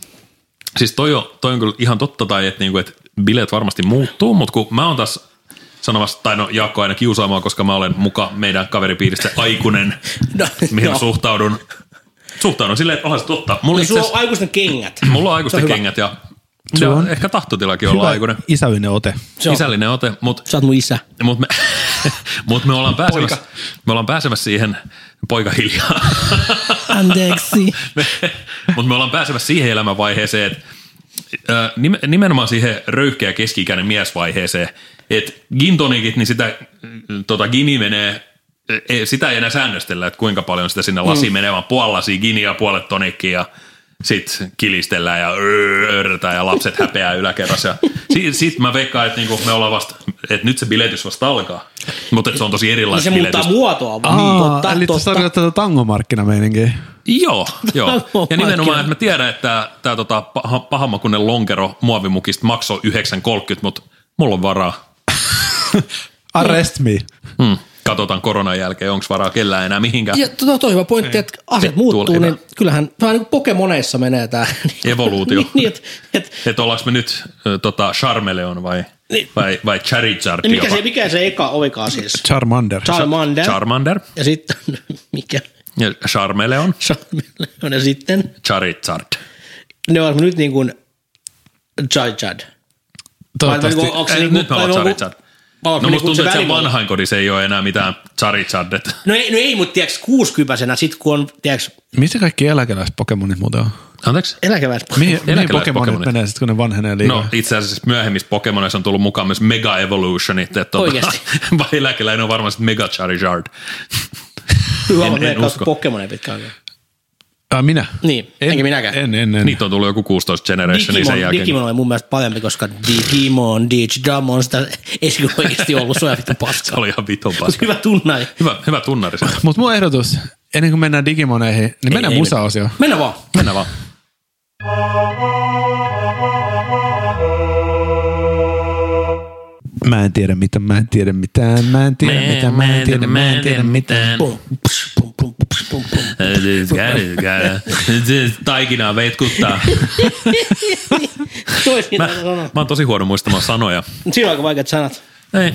siis toi on, toi on kyllä ihan totta tai että niinku, et bileet varmasti muuttuu, mutta kun mä oon taas sanomassa, tai no Jaakko aina kiusaamaan, koska mä olen muka meidän kaveripiiristä aikuinen,
No,
mihin
no.
suhtaudun. Suhtaudun silleen, että onhan se totta. Mulla,
No,
no,
sulla on
itseasi,
aikuisten kengät.
mulla on aikuisten
hyvä.
kengät ja se on ehkä tahtotilakin olla aikuinen.
isäyinen ote.
Se on.
Isällinen ote, mutta
Sä oot mun isä.
Mutta me, mut me, ollaan pääsemässä, me ollaan pääsemässä siihen, poika hiljaa,
Anteeksi.
mutta me ollaan pääsemässä siihen elämänvaiheeseen, että ö, nim- nimenomaan siihen röyhkeä keski-ikäinen miesvaiheeseen, että gintonikit, niin sitä mm, tota, gini menee, e- e- sitä ei enää säännöstellä, että kuinka paljon sitä sinne lasiin mm. menee, vaan puoli lasia giniä, puolet tonikkiä ja sitten kilistellään ja örtää ja lapset häpeää yläkerrassa. Sitten sit mä veikkaan, että niinku me ollaan vasta
että nyt se biletys vasta alkaa. Mutta se on tosi
Niin se
erilainen
muuttaa
biletys.
muotoa vaan.
Aa, eli tässä tarkoittaa tätä tangomarkkinameininkiä.
Joo, joo.
Oh
ja
my
nimenomaan,
God.
että mä tiedän, että tämä tota, paha, pahammakunen lonkero muovimukista maksoi 9,30, mutta mulla on varaa.
Arrest me.
Hmm. Katsotaan koronan jälkeen, onko varaa kellään enää mihinkään.
Ja to, toi hyvä pointti, että asiat
Vittu,
muuttuu,
oli
niin
hyvä.
kyllähän vähän niin kuin Pokemoneissa menee tämä.
Evoluutio.
niin, että et,
Että ollaanko me nyt ö, tota, Charmeleon vai,
Niin.
vai, vai Charizard
niin mikä,
jopa?
se, mikä se eka olikaan siis?
Charmander.
Charmander.
Charmander
ja sitten, mikä?
ja Charmeleon,
Charmander. Ja sitten,
Charizard.
ne on nyt niin kuin Charizard.
Toivottavasti.
Vai- vai- onko se
Ei,
niinku-
nyt mä oon
vai-
Charizard. No
vai- niinku
musta tuntuu,
se
että siellä
välimalli-
vanhainkodissa ei ole enää mitään Charizardet.
No ei, no ei mutta tiedätkö, 60 sit kun on, tiedätkö,
Missä kaikki eläkeläispokemonit muuten on?
Anteeksi?
eläkeväis...
Mihin, mihin pokemonit
Eläkeläispokemonit.
menee sitten, kun ne vanhenee liikaa?
No itse asiassa myöhemmissä Pokemonissa on tullut mukaan myös Mega Evolutionit. Että
Oikeesti?
vai eläkeläinen on varmasti Mega Charizard.
Hyvä,
en-
mä
en
en,
usko.
Pokemonia pitkään aikaa.
Äh, minä?
Niin, enkä minäkään.
En, en, en.
Niitä on tullut joku 16 generationi niin sen
Digimon,
jälkeen.
Digimon oli mun mielestä parempi, koska Digimon, Digimon, sitä ei sillä oikeasti ollut, se on ihan vittu
Se
paska.
oli ihan vitun
Mut
paska.
hyvä tunnari.
Hyvä, hyvä tunnari. se.
Mutta mun ehdotus, ennen kuin mennään Digimoneihin, niin mennään
ei
musaosioon.
Mennään vaan.
Mennään vaan.
Mä en tiedä mitä, mä en tiedä mitään, mä en tiedä mitä, mä en tiedä, mä en tiedä mitään.
Pum, psh, pum, pum, psh, pum, pum.
Taikinaa veitkuttaa.
Toisin
Mä,
mä...
mä oon tosi huono muistamaan sanoja.
Siinä on aika vaikeat sanat.
Ei.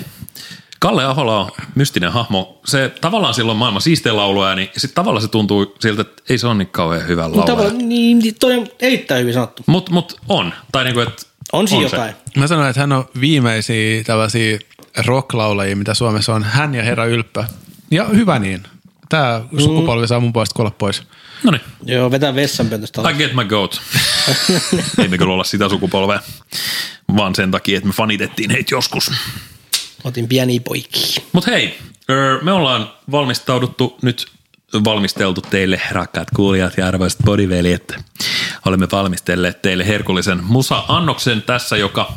Kalle Ahola on mystinen hahmo. Se tavallaan silloin maailman siistein lauluääni, ja sitten tavallaan se tuntuu siltä, että ei se ole niin kauhean hyvä
Mutta
laulaja.
tavallaan, niin, toi on erittäin hyvin sanottu.
Mut, mut on. Tai niinku, et,
On siinä
se.
jotain.
Mä sanoin, että hän on viimeisiä tällaisia rocklaulajia, mitä Suomessa on. Hän ja Herra Ylppä. Ja hyvä niin. Tää sukupolvi saa mun puolesta kuolla pois.
No niin.
Joo, vetää vessanpöntöstä alas.
I get my goat. ei me kyllä olla sitä sukupolvea. Vaan sen takia, että me fanitettiin heitä joskus.
Otin pieni poikki.
Mut hei, öö, me ollaan valmistauduttu nyt valmisteltu teille, rakkaat kuulijat ja arvoisat podiveljet. Olemme valmistelleet teille herkullisen musa-annoksen tässä, joka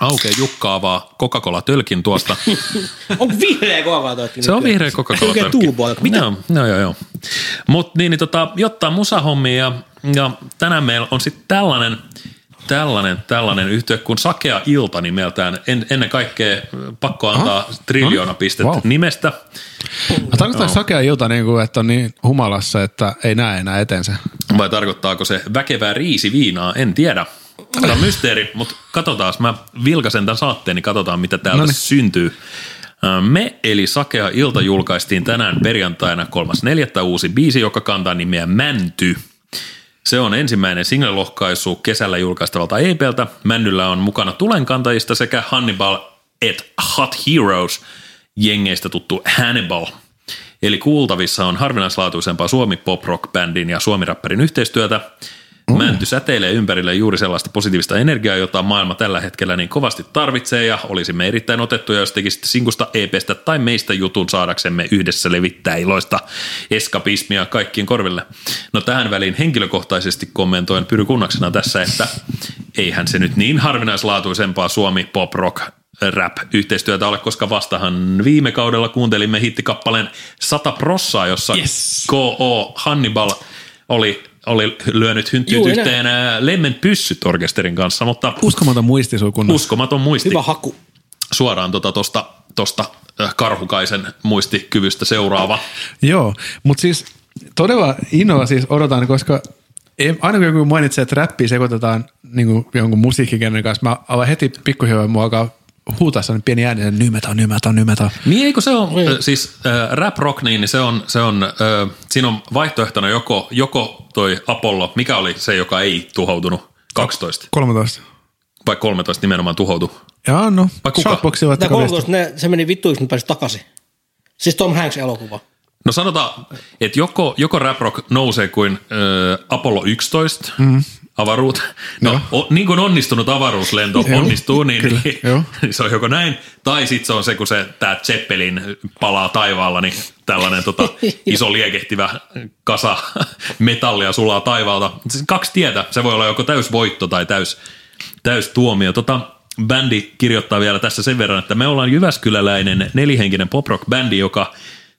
aukeaa jukkaavaa Coca-Cola-tölkin tuosta.
Onko vihreä koavaa toikin?
Se on vihreä Coca-Cola.
Mikä tuubo, mitä?
Joo, joo, joo. joo. Mutta niin, niin tota, jotta musahommia ja, ja tänään meillä on sitten tällainen, tällainen, tällainen yhtiö kuin Sakea Ilta nimeltään. En, ennen kaikkea äh, pakko antaa Aha. triljoona pistettä
Wow.
nimestä.
No, tarkoittaa no. sakea ilta, niin kuin, että on niin humalassa, että ei näe enää etensä.
Vai tarkoittaako se väkevää riisiviinaa? En tiedä. Tämä on mysteeri, mutta katsotaan. Mä vilkaisen tämän saatteen, niin katsotaan, mitä täältä
Noniin.
syntyy. Ö, Me eli Sakea Ilta julkaistiin tänään perjantaina 3.4. uusi biisi, joka kantaa nimeä Mänty. Se on ensimmäinen singlelohkaisu kesällä julkaistavalta EPltä. Männyllä on mukana tulenkantajista sekä Hannibal et Hot Heroes jengeistä tuttu Hannibal. Eli kuultavissa on harvinaislaatuisempaa suomi pop rock bändin ja suomirapperin yhteistyötä. Mänty säteilee ympärille juuri sellaista positiivista energiaa, jota maailma tällä hetkellä niin kovasti tarvitsee ja olisimme erittäin otettuja, jos tekisitte sinkusta EPstä tai meistä jutun saadaksemme yhdessä levittää iloista eskapismia kaikkien korville. No tähän väliin henkilökohtaisesti kommentoin Pyry Kunnaksena tässä, että eihän se nyt niin harvinaislaatuisempaa suomi pop rock rap-yhteistyötä ole, koska vastahan viime kaudella kuuntelimme hittikappaleen 100 prossaa, jossa yes. K.O. Hannibal oli, oli lyönyt hynttyyt
Juuri
yhteen ää, Lemmen pyssyt orkesterin kanssa, mutta
Uskomaton muistisukunnan.
uskomaton No, muisti
Hyvä haku.
suoraan tuosta tosta, tosta äh, karhukaisen muistikyvystä seuraava.
Joo, mutta siis todella innolla siis odotan, koska ei, aina kun joku mainitsee, että räppiä sekoitetaan niin kuin jonkun musiikkigenren kanssa, mä alan heti pikkuhiljaa mua alkaa huutaa sellainen pieni ääni, että nymeta, nymeta, nymeta.
Niin eikö se on, äh, siis äh, rap rock, niin se on, se on äh, siinä on vaihtoehtona joko, joko toi Apollo, mikä oli se, joka ei tuhoutunut, 12
13.
vai 13 nimenomaan tuhoutui.
Jaa, no.
Vai kuka?
Shoutboxilla
Tämä
teko
13, ne, se meni vittuiksi, mutta pääsi takaisin. Siis Tom Hanks elokuva.
No sanotaan, että joko, joko rap rock nousee kuin äh, Apollo 11 mm. avaruut. No, o, niin kuin onnistunut avaruuslento
Joo,
onnistuu, niin,
kyllä, joo.
niin se on joko näin. Tai sitten se on se, kun se tämä Zeppelin palaa taivaalla, niin tällainen tota, iso liekehtivä kasa metallia sulaa taivaalta. Siis kaksi tietä. Se voi olla joko täysvoitto tai täys, täystuomio. Tota, bändi kirjoittaa vielä tässä sen verran, että me ollaan Jyväskyläläinen nelihenkinen poprock-bändi, joka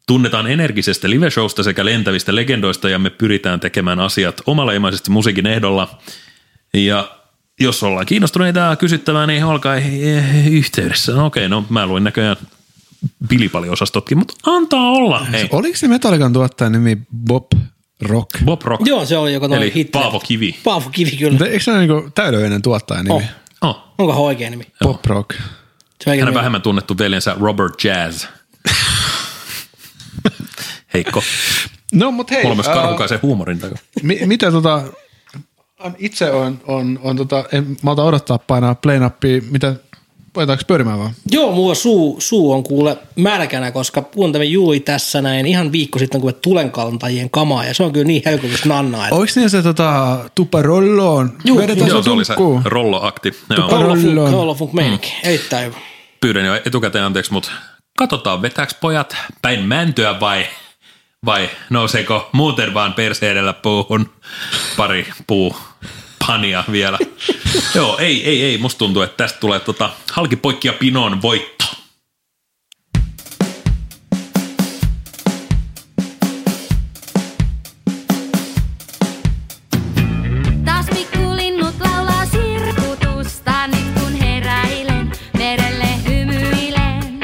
tunnetaan energisestä liveshowsta sekä lentävistä legendoista ja me pyritään tekemään asiat omaleimaisesti musiikin ehdolla. Ja jos ollaan kiinnostuneita ja kysyttävää, niin olkaa eh, yhteydessä. No okei, no mä luin näköjään pilipaliosastotkin, mutta antaa olla. Hei,
Oliko se Metallican tuottajan nimi Bob Rock?
Bob Rock.
Joo, se oli joka toi
Eli
Hitler.
Paavo Kivi. Mm-hmm.
Paavo Kivi, kyllä.
Mutta Eikö se ole niinku täydellinen tuottajan nimi?
Oh.
Oh.
Onkohan oikea nimi?
Bob Rock.
Se on oikea
Hän on
nimi.
vähemmän tunnettu veljensä Robert Jazz. Heikko.
No mut hei,
Kolmas
ää,
karhukaisen huumorin takia.
mi- mitä tota, on- itse on, on, on tota, en malta odottaa painaa play nappia, mitä, laitetaanko pyörimään vaan?
Joo, mulla suu, suu on kuule märkänä, koska puuntamme juuri tässä näin ihan viikko sitten, kun tulenkalantajien kamaa, ja se on kyllä niin helkutus nannaa. Että...
Oliko niin se tota, tuparolloon?
Juu,
Vedetään
Joo, se oli se
tukkuun.
rolloakti.
Tupa-
Joo.
Rollon.
Rollofunk meininki, mm. erittäin hyvä.
Pyydän jo etukäteen anteeksi, mutta katsotaan vetääks pojat päin mäntyä vai, vai nouseeko muuten vaan perseedellä puuhun pari puu pania vielä. Joo, ei, ei, ei. Musta tuntuu, että tästä tulee tota, halki poikki ja pinon voitto.
Taas pikkulinnut laulaa sirkutusta, nyt kun heräilen, merelle hymyilen.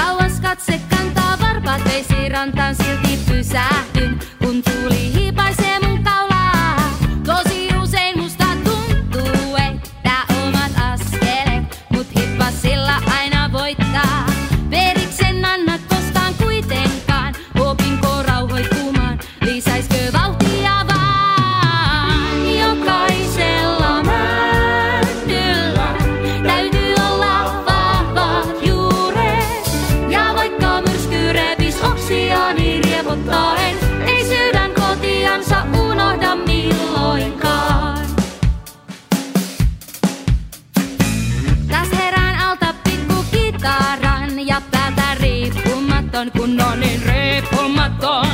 Kauas katse kantaa varpaat veisi rantaan, silti pysähdyn, kun tuuli hiipaisee mun kaulaa. Tosi usein musta tuntuu, että omat askelet, mut hippas sillä aina voittaa. Periksen anna koskaan kuitenkaan, opinko rauhoittumaan, lisäiskö vauhtia vaan. Jokaisella männyllä täytyy olla vahvat juuret. Ja vaikka myrsky revis oksiaani riepottaen, ei sydän kotiansa unohda milloinkaan. Taas herään alta pikku kitaran ja päältä riippumaton, kun on niin riippumaton.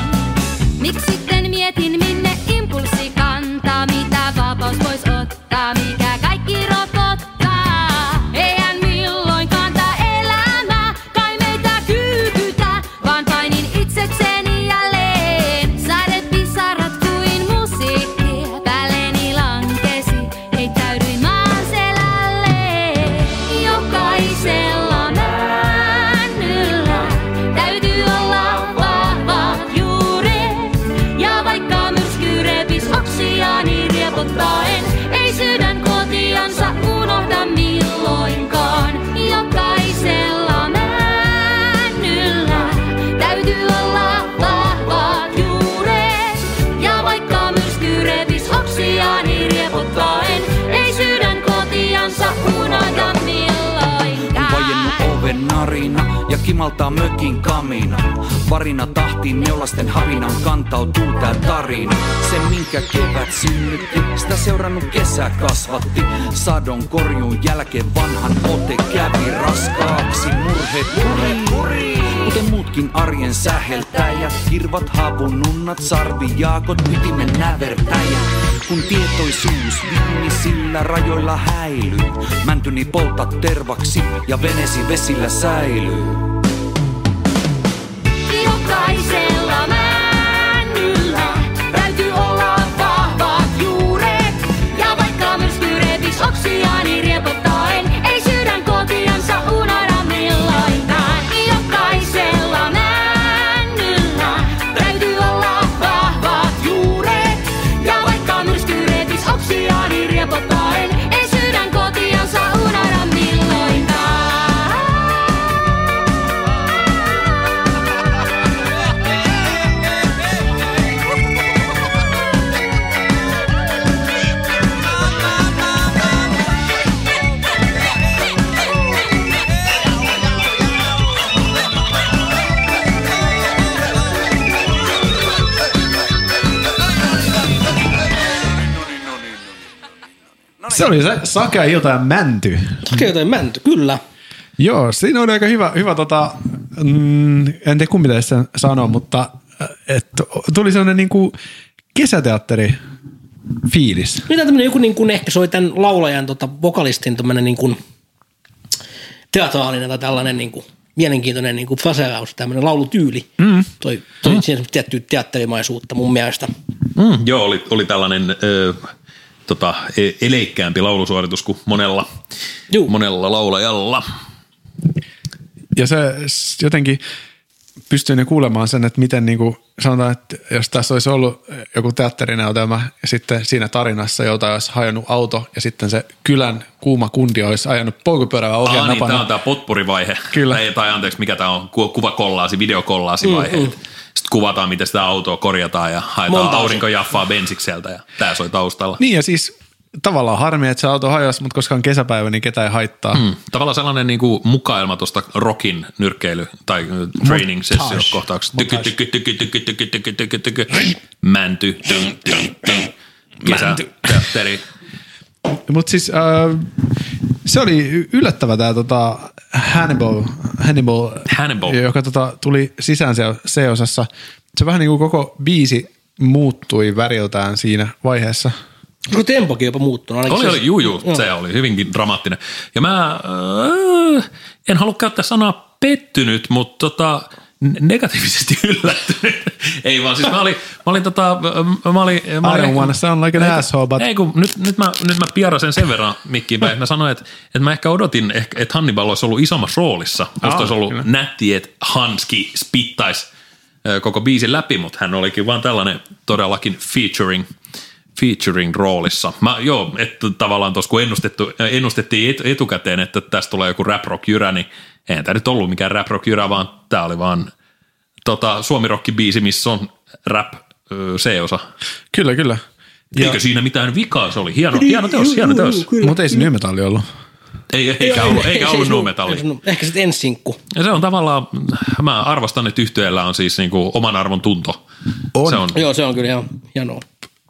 Miksi sitten mietin minne impulssi kantaa, mitä vapaus pois ottaa, mikä kaikki rokottaa. Eihän milloinkaan tää elämä kai meitä kyykytä, vaan painin itsekseni jälleen. Sadepisarat kuin musiikkia, päälleni lankesi, ei täydyin maan selälle. Jokaisella männyllä täytyy olla vahvat juuret. Ja vaikka myrsky repis oksiaani riepottaen, ei sydän kotiansa unohda milloinkaan. Jokaisella männyllä täytyy olla vahvat juuret. Ja vaikka myrsky repis oksiaani riepottaen, ei sydän kotiansa unohda milloinkaan.
Vajennut oven narina ja kimaltaa mökin kamina. Varina tahtiin neulasten havinan kantautuu tää tarina. Se minkä kevät synnytti, sitä seurannut kesä kasvatti. Sadon korjuun jälkeen vanhan ote kävi raskaaksi. Murheet puri, kuten muutkin arjen säheltäjät. Kirvat havunnunnat, sarvijaakot, ytimen nävertäjät. Kun tietoisuus viimeisillä rajoilla häilyy, mäntyni polta tervaksi ja venesi vesillä säilyy.
Jokaisella männyllä täytyy olla vahvat juuret. Ja vaikka myrsky repis oksiaani riepottaen, ei sydän kotiansa unohda milloinkaan. Jokaisella männyllä täytyy olla vahvat juuret. Ja vaikka myrsky repis oksiaani riepottaen, ei sydän kotiansa unohda milloinkaan.
No niin.
Se oli se Sakea ilta ja mänty.
Okei, joten mänty, kyllä.
Joo, siinä oli aika hyvä, hyvä tota, mm, en tiedä kumpi teistä sen sanoo, mutta äh, et, tuli sellainen niin kuin niinku kesäteatteri fiilis.
Mitä tämmöinen joku niin kuin ehkä se oli tämän laulajan tota, vokalistin tämmöinen niin kuin teatraalinen tai tällainen niin kuin, mielenkiintoinen niin kuin faseraus, tämmöinen laulutyyli. Mm. Toi, toi mm. siinä on tiettyä teatterimaisuutta mun mielestä.
Mm, joo, oli, oli tällainen ö, tota, e- eleikkäämpi laulusuoritus kuin monella,
Juu.
monella laulajalla.
Ja se s- jotenkin pystyy ne kuulemaan sen, että miten niin kuin, sanotaan, että jos tässä olisi ollut joku teatterinäytelmä ja sitten siinä tarinassa jotain olisi hajonnut auto ja sitten se kylän kuuma kundi olisi ajanut polkupyörällä
Ah,
ohjaan
niin, tämä
napana.
on tämä potpurivaihe.
Kyllä. Mm-hmm.
Tai, tai anteeksi, mikä tämä on, ku- kuvakollaasi, videokollaasivaihe. Mm, mm. Sitten kuvataan, miten sitä autoa korjataan ja haetaan
Montaasi.
aurinkojaffaa bensikseltä ja tämä soi taustalla.
Niin ja siis tavallaan harmi, että se auto hajosi, mutta koska on kesäpäivä, niin ketään ei haittaa. Mm.
Mm, Tavallaan sellainen niin kuin mukailma tuosta rockin nyrkkeily tai ö, training sessio kohtauksesta. Tyky, tyky, tyky, tyky, tyky, tyky, tyky, tyky, mänty, tyn, tyn, tyn. Kesä, teatteri.
Mutta siis äh, se oli y- yllättävä tämä tota Hannibal, Hannibal,
Hannibal.
joka tota, tuli sisään siellä C-osassa. Se vähän niin kuin koko biisi muuttui väriltään siinä vaiheessa.
Onko tempokin jopa muuttunut? Ainakin
Oli,
se-
oli, juu, juu, se oli hyvinkin dramaattinen. Ja mä äh, en halua käyttää sanaa pettynyt, mutta tota, n- negatiivisesti yllättynyt. Ei vaan, siis mä olin, mä olin, tota, m- mä olin, mä
I
olin
don't wanna sound like an asshole, but
Ei kun, nyt, nyt, mä, nyt mä pierasen sen verran mikkiin päin. että Mä sanoin, että, että mä ehkä odotin, ehkä- että Hannibal olisi ollut isommassa roolissa. Musta
Aa,
olisi ollut
kyllä.
nätti, että Hanski spittaisi ö, koko biisin läpi, mutta hän olikin vaan tällainen todellakin featuring featuring roolissa. Mä, joo, että tavallaan tuossa kun ennustettu, äh, ennustettiin et, etukäteen, että tästä tulee joku rap rock jyrä, niin eihän tämä nyt ollut mikään rap rock jyrä, vaan tämä oli vaan tota, suomirokkibiisi, missä on rap ö, C-osa.
kyllä, kyllä.
Ja. Eikö siinä mitään vikaa? Se oli hieno, hieno teos, hieno teos.
Mutta ei se nymetalli ollut.
Ei, eikä ollut, eikä ollut nuumetalli.
Ehkä sitten ensinkku.
Ja se on tavallaan, mä arvostan, että yhtyeellä on siis niinku oman arvon tunto. On. Se on.
Joo, se on kyllä ihan hienoa.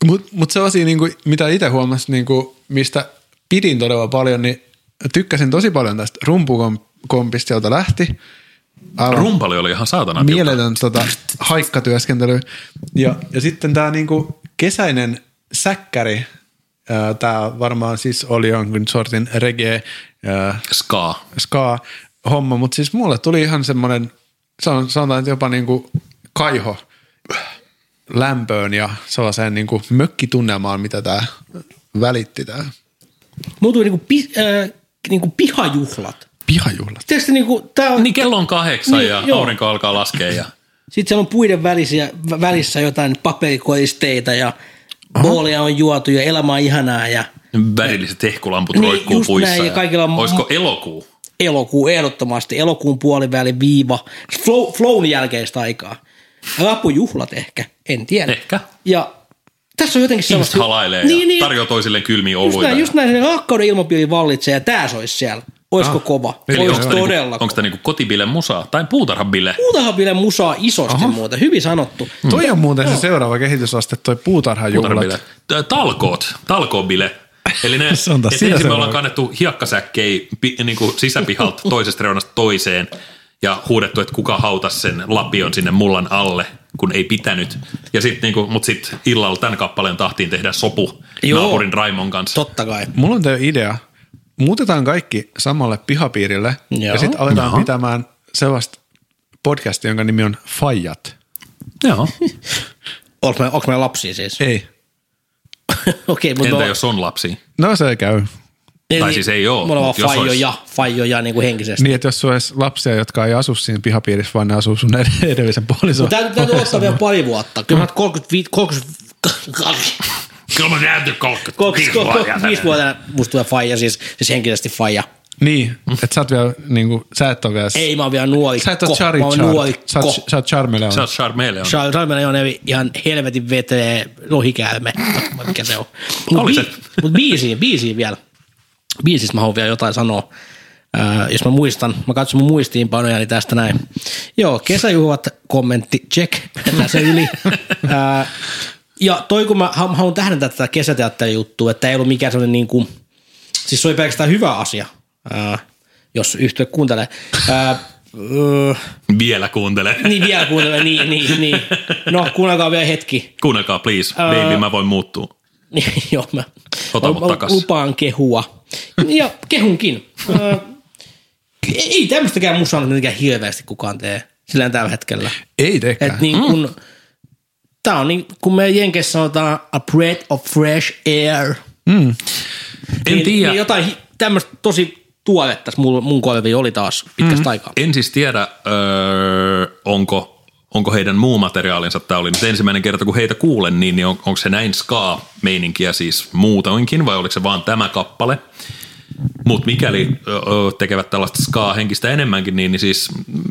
Mutta mut se asia, niinku, mitä itse huomasin, niinku, mistä pidin todella paljon, niin tykkäsin tosi paljon tästä rumpukompista, jolta lähti. Aivan
Rumpali oli ihan saatana tiukka.
mieletön tota, haikkatyöskentely. Ja, ja sitten tämä niinku, kesäinen säkkäri, tämä varmaan siis oli jonkun sortin reggae, ää,
Ska.
ska homma, mutta siis mulle tuli ihan semmoinen, sanon- sanotaan, että jopa niinku kaiho lämpöön ja sellaiseen niinku mökkitunnelmaan, mitä tämä välitti tämä
Mulla tuli niinku, pi, äh, niinku pihajuhlat.
pihajuhlat.
Tiedätkö, niinku, tää on,
Niin kello on kahdeksan
Niin,
ja
joo.
aurinko alkaa laskea. Ja.
Sitten siellä on puiden välisiä, vä- välissä jotain paperikoisteita ja boolia on juotu ja elämä on ihanaa ja
Värilliset hehkulamput
Niin,
roikkuu
just
puissa.
näin, ja kaikilla on-
Olisiko elokuu?
elokuu ehdottomasti, elokuun puoliväli viiva, flow, flown jälkeistä aikaa. Rapujuhlat ehkä, en tiedä.
Ehkä.
Ja tässä on jotenkin
Ihmiset
sellaista...
halailee niin, ja niin, tarjoaa toisilleen kylmiä
just
oluita.
näin,
ja-
just näin, se rakkauden ilmapiiri vallitsee ja tää se olisi siellä. Oisko kova?
Ah, Eli
Ois
onko tämä
todella
niinku, onks tää niinku kotibile musaa tai puutarhabile?
Muutahan vielä musaa isosti Aha. muuta, hyvin sanottu.
Mm. Toi on muuten se seuraava kehitysaste, toi puutarhajuhlat.
Puutarhabile. T- Talkoot, talkoobile. Eli ne,
Se on taas
et
siinä
ensin me
seuraava.
ollaan kannettu hiekkasäkkei pi, niin kuin sisäpihalta toisesta reunasta toiseen ja huudettu, että kuka hautas sen lapion sinne mullan alle, kun ei pitänyt. Ja sit, niin kuin, mut sitten illalla tämän kappaleen tahtiin tehdä sopu Joo.
Joo.
naapurin Raimon kanssa.
Totta kai.
Mulla on tämä idea. Muutetaan kaikki samalle pihapiirille Joo.
Joo.
ja sitten aletaan Joo. pitämään sellaista podcastia, jonka nimi on Fajat.
Joo.
Onko meillä, onko meillä lapsia siis?
Ei.
Okei, okay,
Entä jos on lapsi?
No se käy.
tai siis ei oo,
Me ollaan
mut jos
vaan faijoja, faijoja niin kuin henkisesti.
Niin, että jos sulla olisi lapsia, jotka ei asu siinä pihapiirissä, vaan ne asuu sun ed- edellisen puolison.
Täytyy, täytyy ottaa vielä pari vuotta. Kyllä mä 35, 35,
Kyllä mä näytän 35
35 vuotta musta tulee faija, siis, siis henkisesti faija.
Niin, että sä oot vielä, niin kuin, sä et ole vielä...
Ei, mä oon vielä nuori.
Sä et ole
Mä
Charlie
oon
Char.
nuori.
Sä oot, sä oot Charmeleon.
Sä oot Charmeleon.
Charlie on ihan helvetin vetee lohikäärme. Mikä se on? Mut,
Oli
bi-
se.
mut biisiin, biisiin vielä. Biisistä mä haluan vielä jotain sanoa. Äh, jos mä muistan, mä katson mun muistiinpanoja, niin tästä näin. Joo, kesäjuhlat, kommentti, check, mennään se yli. Äh, ja toi kun mä ha- haluan tähdentää tätä kesäteatterijuttua, että ei ollut mikään sellainen niin kuin, siis se oli pelkästään hyvä asia, äh, jos yhtyä kuuntelee. Äh, öö,
Vielä kuuntele.
niin vielä kuuntele, niin, niin, niin. No, kuunnelkaa vielä hetki.
Kuunnelkaa please, baby, mä voin muuttua.
Joo, mä
Ota mut
mä
takas.
lupaan kehua. Ja kehunkin. Ö, ei ei tämmöistäkään musaa nyt mitenkään hirveästi kukaan tee sillä tällä hetkellä.
Ei tekään.
Et niin kun, mm. Tää on niin, kun me Jenkeissä sanotaan a breath of fresh air.
En
niin,
Mm. tiedä.
Niin jotain hi- tämmöistä tosi tuoretta mulla- mun korvi oli taas pitkästä mm. aikaa.
En siis tiedä, öö, onko, onko heidän muu materiaalinsa, tämä oli nyt ensimmäinen kerta, kun heitä kuulen, niin, niin on, onko se näin ska-meininkiä siis muutoinkin, vai oliko se vaan tämä kappale? Mutta mikäli öö, tekevät tällaista ska-henkistä enemmänkin, niin, niin siis mm,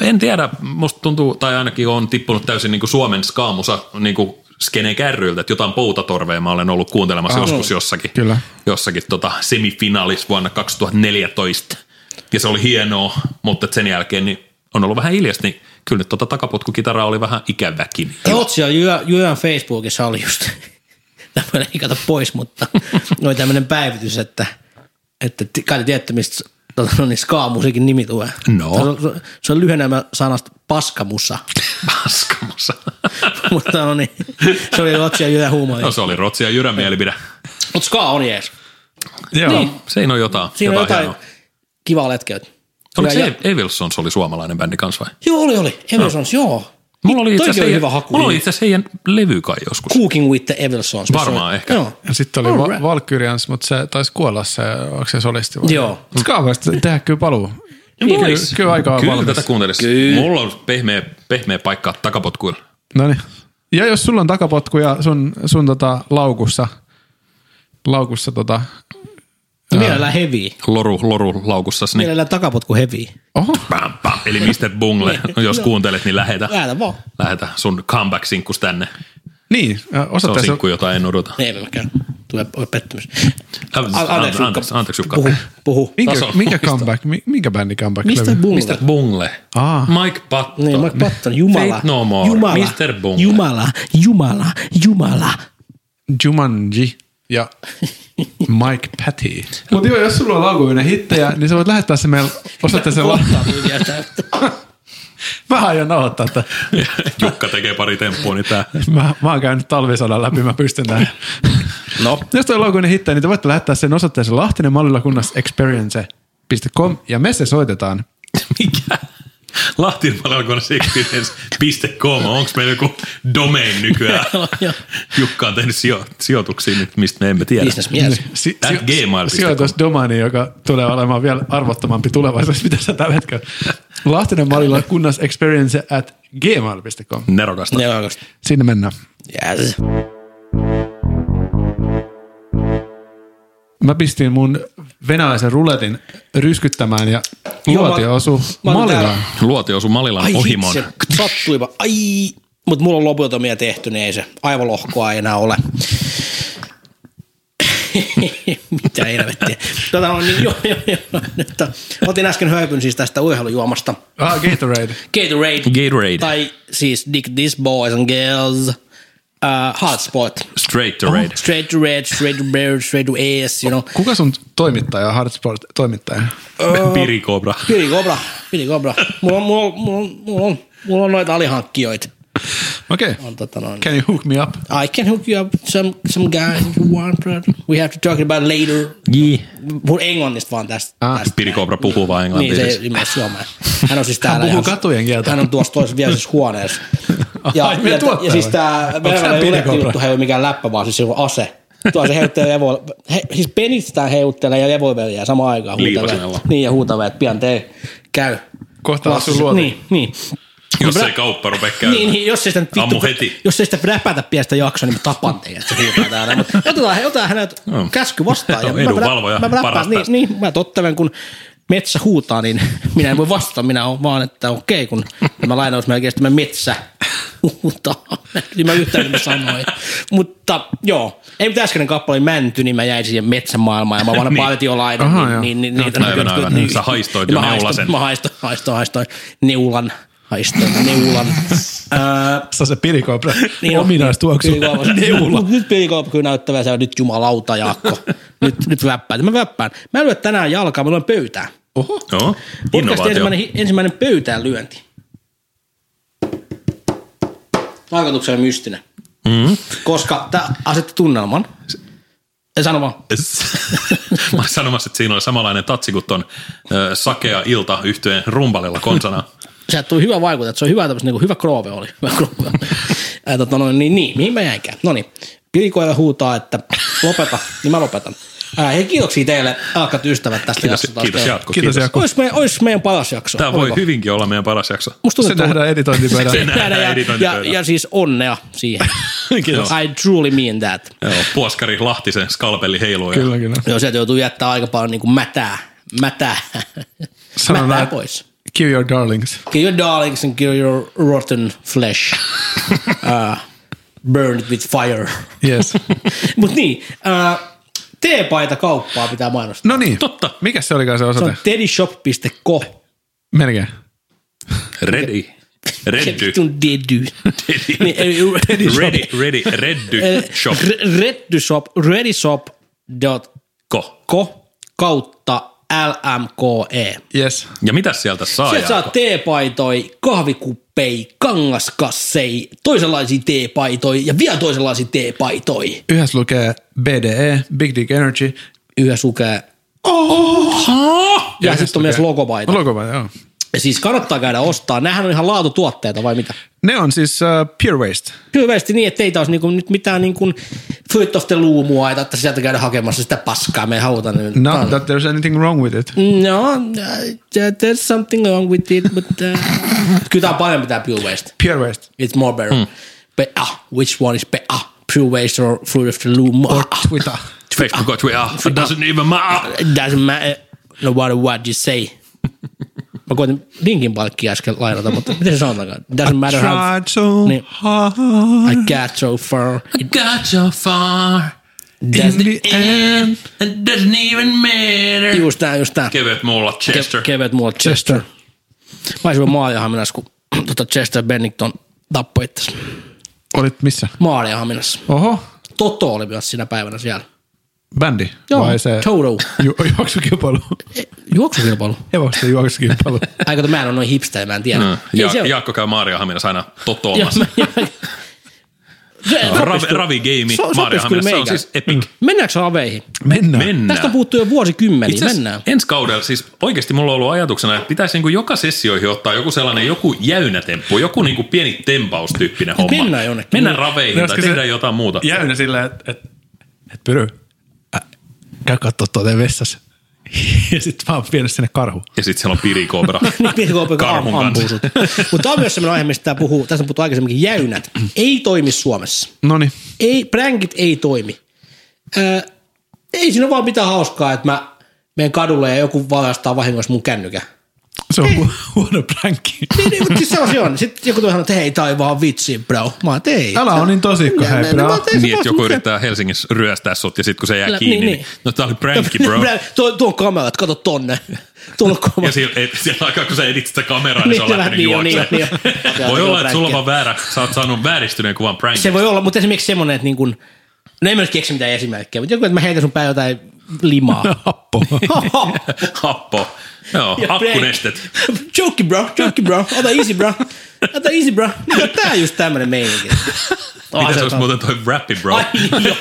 en tiedä, musta tuntuu, tai ainakin on tippunut täysin niin kuin Suomen ska-musa niin kuin skeneen kärryiltä, että jotain poutatorvea mä olen ollut kuuntelemassa ah, joskus jossakin,
Kyllä.
jossakin tota semifinaalis vuonna 2014. Ja se oli hienoa, mutta et sen jälkeen niin on ollut vähän hiljasta, niin kyllä nyt tota takapotkukitaraa oli vähän ikäväkin.
Ruotsia Jyö, Jyön Facebookissa oli just, tämmöinen ei kato pois, mutta oli tämmöinen päivitys, että, että ti- kai te tiedätte, mistä tota, no niin, ska-musiikin nimi tulee.
No.
Se on, se on- se on lyhenelmä sanasta paskamusa,
Paskamussa.
mutta no niin, se oli Ruotsia Jyön huumori.
No se oli Rotsia Jyrän mielipide.
Mutta ska on jees.
Joo. Niin. Siinä on jotain,
Siinä on
jotain,
jotain
hienoa.
kivaa letkeyttä.
Oliko
Kyllä,
se Evilsons oli suomalainen bändi kanssa vai?
Joo, oli, oli. Evilsons, joo.
Mulla oli itse
Toikin
asiassa
oli
heidän-
hyvä haku.
mulla oli itse asiassa heidän levy kai joskus.
Cooking with the Evilsons. missä
Varmaan
oli-
ehkä.
Joo.
Ja sitten oli Va- Valkyrians, mutta se taisi kuolla se, onko se solisti vai?
Joo. No
Ska voisi tehdä kyllä paluu. Kyllä,
Vois.
kyllä aika on
Kyllä tätä
valmis.
kuuntelisi. Mulla on pehmeä, pehmeä paikka takapotkuilla.
Noniin. Ja jos sulla on takapotkuja sun, sun tota, laukussa, laukussa tota,
Mielellään heviä.
Loru, loru laukussasi. Niin.
Mielellään takapotku heviä.
oho,
Pam, pam. Eli Mr. Bungle, jos kuuntelet, niin lähetä.
Lähetä vaan.
Lähetä sun comeback-sinkkus tänne.
niin, ö,
Se on
osoitteessa,
sinkku, jota en odota.
Ei meilläkään. Tulee ole pettymys.
Ä-
An- Anteeksi, Jukka.
anteeksi, anteeksi, Jukka.
Puhu, puhu.
minkä,
taso-
minkä comeback, mi- minkä bändin comeback
Mistä
levy?
Bungle?
Mr. Bungle.
Aa.
Mike Patton.
Niin, Mike Patton, Jumala.
Faith No More.
Jumala.
Mr. Bungle.
Jumala, Jumala, Jumala.
Jumanji ja Mike Patty. Mutta joo, jos sulla on laukuinen hittejä, niin sä voit lähettää se meille osoitteeseen. La-
Kohtaa myyjää täyttä.
mä aion nauhoittaa tämän.
Jukka tekee pari temppua, niin tää.
Mä, mä oon käynyt talvisodan läpi, mä pystyn tähän.
No.
Jos toi laukuinen hittejä, niin te voitte lähettää sen osoitteeseen lahtinen experience.com ja me se soitetaan.
Mikä? Lahtienpalvelukonesiktinen.com. Onks meillä joku domain nykyään?
Joo, joo.
Jukka on tehnyt sijo- sijoituksia nyt, mistä me emme tiedä.
Businessmies.
Niin, Si-
At gmail.com.
Sijoitusdomaini, joka tulee olemaan vielä arvottomampi tulevaisuudessa, mitä sä tällä hetkellä. Lahtinen Malilla kunnas experience at gmail.com.
Nerokasta.
Ne on oikeasti.
Sinne mennään.
Yes.
Mä pistin mun venäläisen ruletin ryskyttämään ja luoti
mä-
osuu
mä olin
Malilaan.
täällä.
Luoti osui Malilan
Ai
ohimon.
hitse, sattuipa. Ai. Mutta mulla on lobotomia tehty, niin ei se aivolohkoa ei enää ole. Mitä helvettiä. Tota on niin, joo, joo, joo. Nyt, on- otin äsken höpyn siis tästä urheilujuomasta.
Ah, Gatorade.
Gatorade.
Gatorade.
Tai siis Dick This Boys and Girls. Uh, Hotspot.
Straight to raid.
Straight to red, straight to bear, straight to ass, you know.
Kuka sun toimittaja on Hardsport toimittaja?
Pirikobra.
Pili Cobra, Pili Cobra. Mulla on, mulla on, mulla on, mulla on, mulla on noita alihankkijoita.
Okei.
On
Okay.
tota noin.
Can you hook me up?
I can hook you up some, some guy if you want, but we have to talk about later.
Jii.
Puhun englannista vaan tästä.
Ah,
tästä.
Pirikobra puhuu vaan
Niin,
englantia.
se
siis.
ei ymmärrä suomea. Hän on siis täällä.
puhuu
ihan-
katujen kieltä.
Hän on tuossa toisessa vieressä huoneessa.
Ai, meidän
ja,
tuottaja
ja siis
vai?
tämä
Onks hän
venäläinen
Pirikobra?
juttu ei ole mikään läppä, vaan siis se on ase. Tuo se heuttelee levo, he, siis penistään heuttelee ja levoiveliä samaan aikaan. huutelee.
Liipasimella.
Niin ja huutavaa, että pian te käy.
Kohta asuu luoti.
Niin, niin.
Jos
Bra-
ei kauppa rupea
Niin,
käymään.
niin, jos ei sitä nyt
Ammu heti.
Jos ei sitä räpätä piestä jaksoa, niin mä tapan teidät, että se huutaa täällä. Mut otetaan, otetaan hänet
Joo.
käsky vastaan.
Joo,
mä-
edunvalvoja,
mä, mä,
paras
räppään, niin,
tästä.
niin, mä tottelen, kun metsä huutaa, niin minä en voi vastata. Minä olen vaan, että okei, kun tämä lainaus melkein, että tämä metsä huutaa. Niin mä yhtään mitä sanoin. Mutta joo, ei mitään äskeinen kappale oli mänty, niin mä jäin siihen metsämaailmaan ja mä vaan
Niin.
partiolainen.
Aha,
niin,
joo.
niin, niin, niitä
aivan,
näkyy-
aivan. Sä haistoit jo
Mä haistoin-
neulasen.
Mä haistoin, haistoin, haistoin. Neulan. Haistoin neulan. Öö,
Se on se pirikobra.
niin
Niin
on.
Ominaistuoksu.
Pelikauppa.
Neula.
Mut Nyt pelikauppa kyllä näyttää vielä, se on nyt jumalauta Jaakko. nyt, nyt väppään. Mä väppään. Mä en lyö tänään jalkaa, mä lyön pöytään.
Oho. Joo.
Podcast
Innovaatio.
ensimmäinen, ensimmäinen pöytään lyönti. Tarkoituksena mystinen. Mm. Koska tämä asetti tunnelman. Sano vaan.
Mä olin sanomassa, että siinä oli samanlainen tatsi kuin ton ö, Sakea ilta yhtyeen rumpalilla konsana.
Sehän tuli hyvä vaikutus, että se on hyvä tämmöistä, niin kuin hyvä kroove oli. Hyvä kroove oli. Ää, tota, no, niin, niin, mihin mä jäinkään? No niin, Pilikoille huutaa, että lopeta, niin mä lopetan. Ää, hei, kiitoksia teille, alkat ystävät tästä
Kiitos,
jaksosta taas
kiitos
kerran.
Jaakko.
Kiitos
Kiitos.
Jaakko.
Ois meidän, ois meidän paras jakso.
Tämä voi
Oliko?
hyvinkin olla meidän paras jakso.
Musta tuntuu,
Se
että
nähdään editointipöydällä.
nähdään
nähdään ja,
editointipöydällä.
ja, siis onnea siihen.
Kiitos.
I truly mean that.
Joo, puoskari Lahtisen skalpelli heiluu.
Kyllä, kyllä.
Joo, sieltä joutuu jättää aika paljon niin kuin mätää. Mätää.
Sanon
mätää
näin.
pois.
Kill your darlings.
Kill your darlings and kill your rotten flesh. uh, burn it with fire.
Yes.
Mut niin, uh, teepaita kauppaa pitää mainostaa.
No niin.
Totta.
Mikä se olikaan se
Se
osoite?
on teddyshop.co.
Melkein.
Ready. Reddy.
Vitun Teddy. Niin, eli-
Ready, ready, reddy shop.
Re- Reddy shop. Reddyshop.co kautta LMKE.
Yes.
Ja mitä sieltä saa?
Sieltä E. saa
Jaakko?
teepaitoi, kahvikuppei, kangaskassei, toisenlaisia teepaitoi ja vielä toisenlaisia teepaitoi.
Yhdessä lukee BDE, Big Dick Energy.
Yhä sukee. Oho! Ja, sitten on myös logopaita.
Logopaita, No, joo.
Ja siis kannattaa käydä ostaa. Nämähän on ihan laatutuotteita vai mitä?
Ne on siis uh, Pure Waste.
Hyvästi niin, ettei taas niinku nyt mitään niinku Fruit of the Loomua, ei tarvitse sieltä käydä hakemassa sitä paskaa. Me halutaan nyt.
Not that there's anything wrong with it.
No, uh, there's something wrong with it, but... Uh... Kyllä tämä on parempi tämä Pure Waste.
Pure Waste.
It's more better.
Hmm.
Better. Which one is better? Pure waste or fruit of the loom?
Or Twitter.
Facebook got we are. It doesn't even matter.
It doesn't matter. No matter what you say. Mä koitin linkin palkki äsken lainata, mutta miten se sanotaankaan? It doesn't matter how
Tried so
Niin.
hard.
I got so far. It
Got so far.
In
doesn't...
the end.
It doesn't even matter.
Just tää, just tää.
Kevyet mulla, Chester.
Ke- kevyet muualla Chester. Mä olisin maalihaminassa, kun tota Chester Bennington tappoi itse.
Olit missä?
Maalihaminassa.
Oho.
Toto oli myös sinä päivänä siellä.
Bändi.
Joo,
Vai se
Toto.
Ju- juoksukilpailu.
Juoksukilpailu.
Hevosten juoksukilpailu.
Ai kato, mä en ole noin hipster, mä en tiedä.
Mm.
Ei
Ja,
se ole-
Jaakko käy Maariahaminassa aina
Joo,
totoamassa.
mä- joo. Se
Ravi,
sopisi kyllä-
ravigeimi
so- sopisi
Maariahaminassa. Se on
kyllä
siis epic.
meikään. Mennäänkö raveihin?
Mennään.
Mennään.
Tästä on puhuttu jo vuosikymmeniä,
Itse asiassa
mennään.
ensi kaudella, siis oikeasti mulla on ollut ajatuksena, että pitäisi niin kuin joka sessioihin ottaa joku sellainen joku jäynätemppu, joku niin kuin pieni tempaustyyppinen homma.
Mm. mennään jonnekin. Niin,
Mennään raveihin tai
Pitäisikö se-
tehdään jotain muuta.
Jäynä silleen, että et, et pyry, Ä, käy kattoo tuolle vessassa. Ja sitten mä oon vienyt sinne karhu.
Ja sitten siellä on pirikobra.
Niin Pirko Opeka
Karhun
ampuu
kanssa.
sut. Mutta tämä on myös sellainen aihe, mistä tämä puhuu. Tässä on puhuttu aikaisemminkin. Jäynät ei toimi Suomessa.
Noniin.
Ei, pränkit ei toimi. Öö, ei siinä ole vaan mitään hauskaa, että mä menen kadulle ja joku valjastaa vahingossa mun kännykän.
Se on hu- huono pränkki.
Niin, niin, mutta siis se on se on. Sitten joku tulee sanoa, että hei, tää on vaan vitsi, bro. Mä oon, että ei.
Älä on niin tosikko, hei
Mä oon,
bro.
että ei se
Niin,
vaan
että joku
mitään.
yrittää Helsingissä ryöstää sut ja sitten kun se jää
Niin,
kiinni, niin,
niin.
no tää oli prankki bro.
Tuo, tuo on kamerat, kato tonne. Tuolla on
Ja
kamerat.
siellä, et, siellä aikaa, kun sä edit sitä kameraa, niin se on
Niin,
lähtenyt
niin, niin,
juokseen.
niin, niin.
Voi
Joo,
olla, että sulla on
pränkkiä.
vaan väärä, sä oot saanut vääristyneen kuvan prankista.
Se voi olla, mutta esimerkiksi semmoinen, että niin kuin, no en mä nyt keksi mitään esimerkkejä, mutta joku, että mä heitän sun päälle jotain limaa.
No,
Happo.
Happo. Joo,
Ja
hakkunestet.
joke bro, joke bro, ota easy bro, ota easy bro. Niin, tää on just tämmönen meininki.
Mitä se olisi muuten toi rappi, bro?
Ai, niin, joo.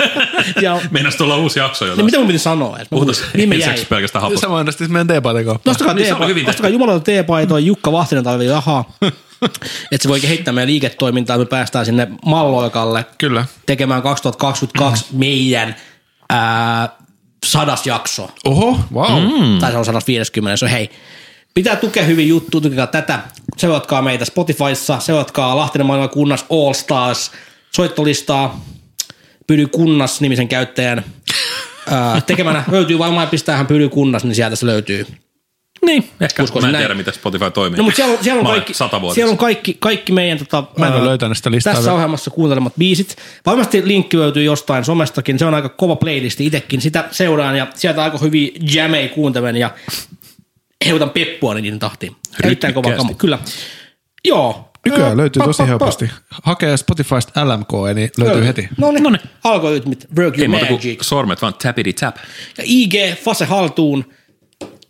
Joo.
Meinas tulla uusi jakso
Niin
jotain.
mitä mun piti sanoa? edes? Mä
Puhutaan
puhuin- Mihin me jäi?
ensi pelkästään haposta.
Sama on siis meidän teepailikauppaan.
Ostakaa,
Niin, se on
teepa-
hyvin tehty.
ostakaa jumalalta teepaitoa, Jukka Vahtinen talvi rahaa. että se voi kehittää meidän liiketoimintaa, me päästään sinne malloikalle.
Kyllä.
Tekemään 2022
Mm.
meidän ää, sadas jakso.
Oho, wow. Mm.
Mm. Tai se on 150, se on hei. Pitää tukea hyvin juttu, tukekaa tätä. Seuratkaa meitä Spotifyssa, seuratkaa Lahtinen maailman kunnas All Stars, soittolistaa, Pyry kunnas nimisen käyttäjän ää, tekemänä. Löytyy varmaan, pistäähän Pyry kunnas, niin sieltä se löytyy.
Niin, ehkä.
Uskoisin
Mä en
näin.
tiedä, miten Spotify toimii.
No, mutta siellä on, siellä on,
Mä olen
kaikki,
satavuotias.
siellä on kaikki, kaikki meidän tota,
Mä en ole
ää,
löytänyt sitä listaa
tässä
vielä.
ohjelmassa kuuntelemat biisit. Varmasti linkki löytyy jostain somestakin. Se on aika kova playlisti itsekin. Sitä seuraan ja sieltä aika hyviä jämei kuuntelen ja heutan peppua niiden tahtiin. Erittäin kova
Rytmikkäästi.
kama. Kyllä. Joo.
Nykyään
Ö,
löytyy
pa,
tosi
pa, pa.
helposti. Hakee Spotifysta LMK, niin löytyy heti.
No niin. Algoritmit, work
Ei
your
muuta kuin
magic.
sormet vaan tappity tap.
Ja IG, Fase haltuun.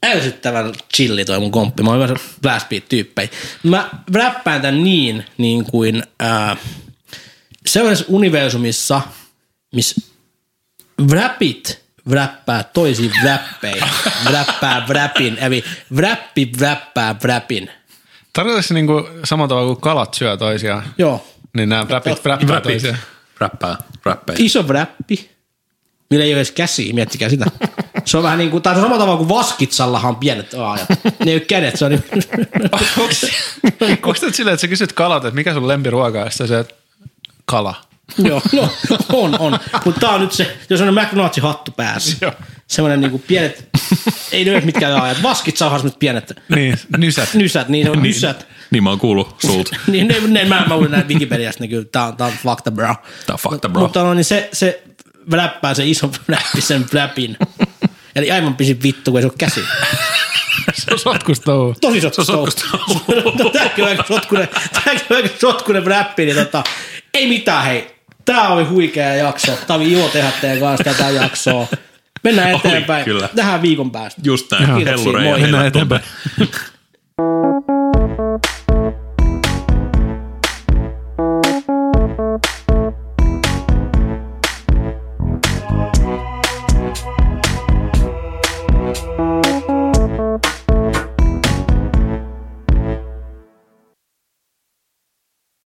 Ärsyttävän chilli toi mun komppi. Mä oon hyvä blast beat tyyppejä. Mä räppään tän niin, niin kuin ää, sellaisessa universumissa, missä wrapit wrappaa toisiin wrappeja. Wrappaa wrapin, eli wrappi wrappaa wrapin.
Tarkoitatko se niinku samalla tavalla kuin kalat syö toisiaan?
Joo.
Niin nämä räpit räppää
Räpit.
toisiaan.
Räppää, räppää.
Iso wrappi, millä ei ole edes käsiä, miettikää sitä. Se on vähän niin kuin, tai se on samalla tavalla kuin vaskitsallahan on pienet aajat. Ne ei ole kädet, se on niin
Onko se silleen, että sä kysyt kalat, että mikä sun lempiruoka on, ja sitten sä syöt kala?
Joo, no, on, on. Mutta tää on nyt se, jos on McNugghtsin hattu päässä.
Joo.
Semmoinen niinku pienet, ei ne ole mitkään ajat. Vaskit saa nyt pienet
Niin, nysät.
nysät, niin on nysät.
Niin mä oon kuullut sulta.
Niin ne, ne mä, mä luin näin Wikipediasta, ne kyllä, tää on, tää on fakta, bro.
Tää on fakta, bro.
Mutta no, niin se, se läppää se iso läppi sen läpin. Eli aivan pisin vittu, kun ei se ole käsi.
Se on sotkustouhu.
Tosi
Se on
sotkusta. No, Tämäkin on aika sotkunen, tämäkin on aika sotkunen räppi, niin tota, ei mitään hei. Tää oli huikea jakso. Tää oli ilo tehdä teidän kanssa tätä jaksoa. Mennään
Oli,
eteenpäin.
kyllä.
Tähän viikon päästä.
Just näin.
Kiitoksia,
Hellure
moi.
ja
Mennään
heilät on-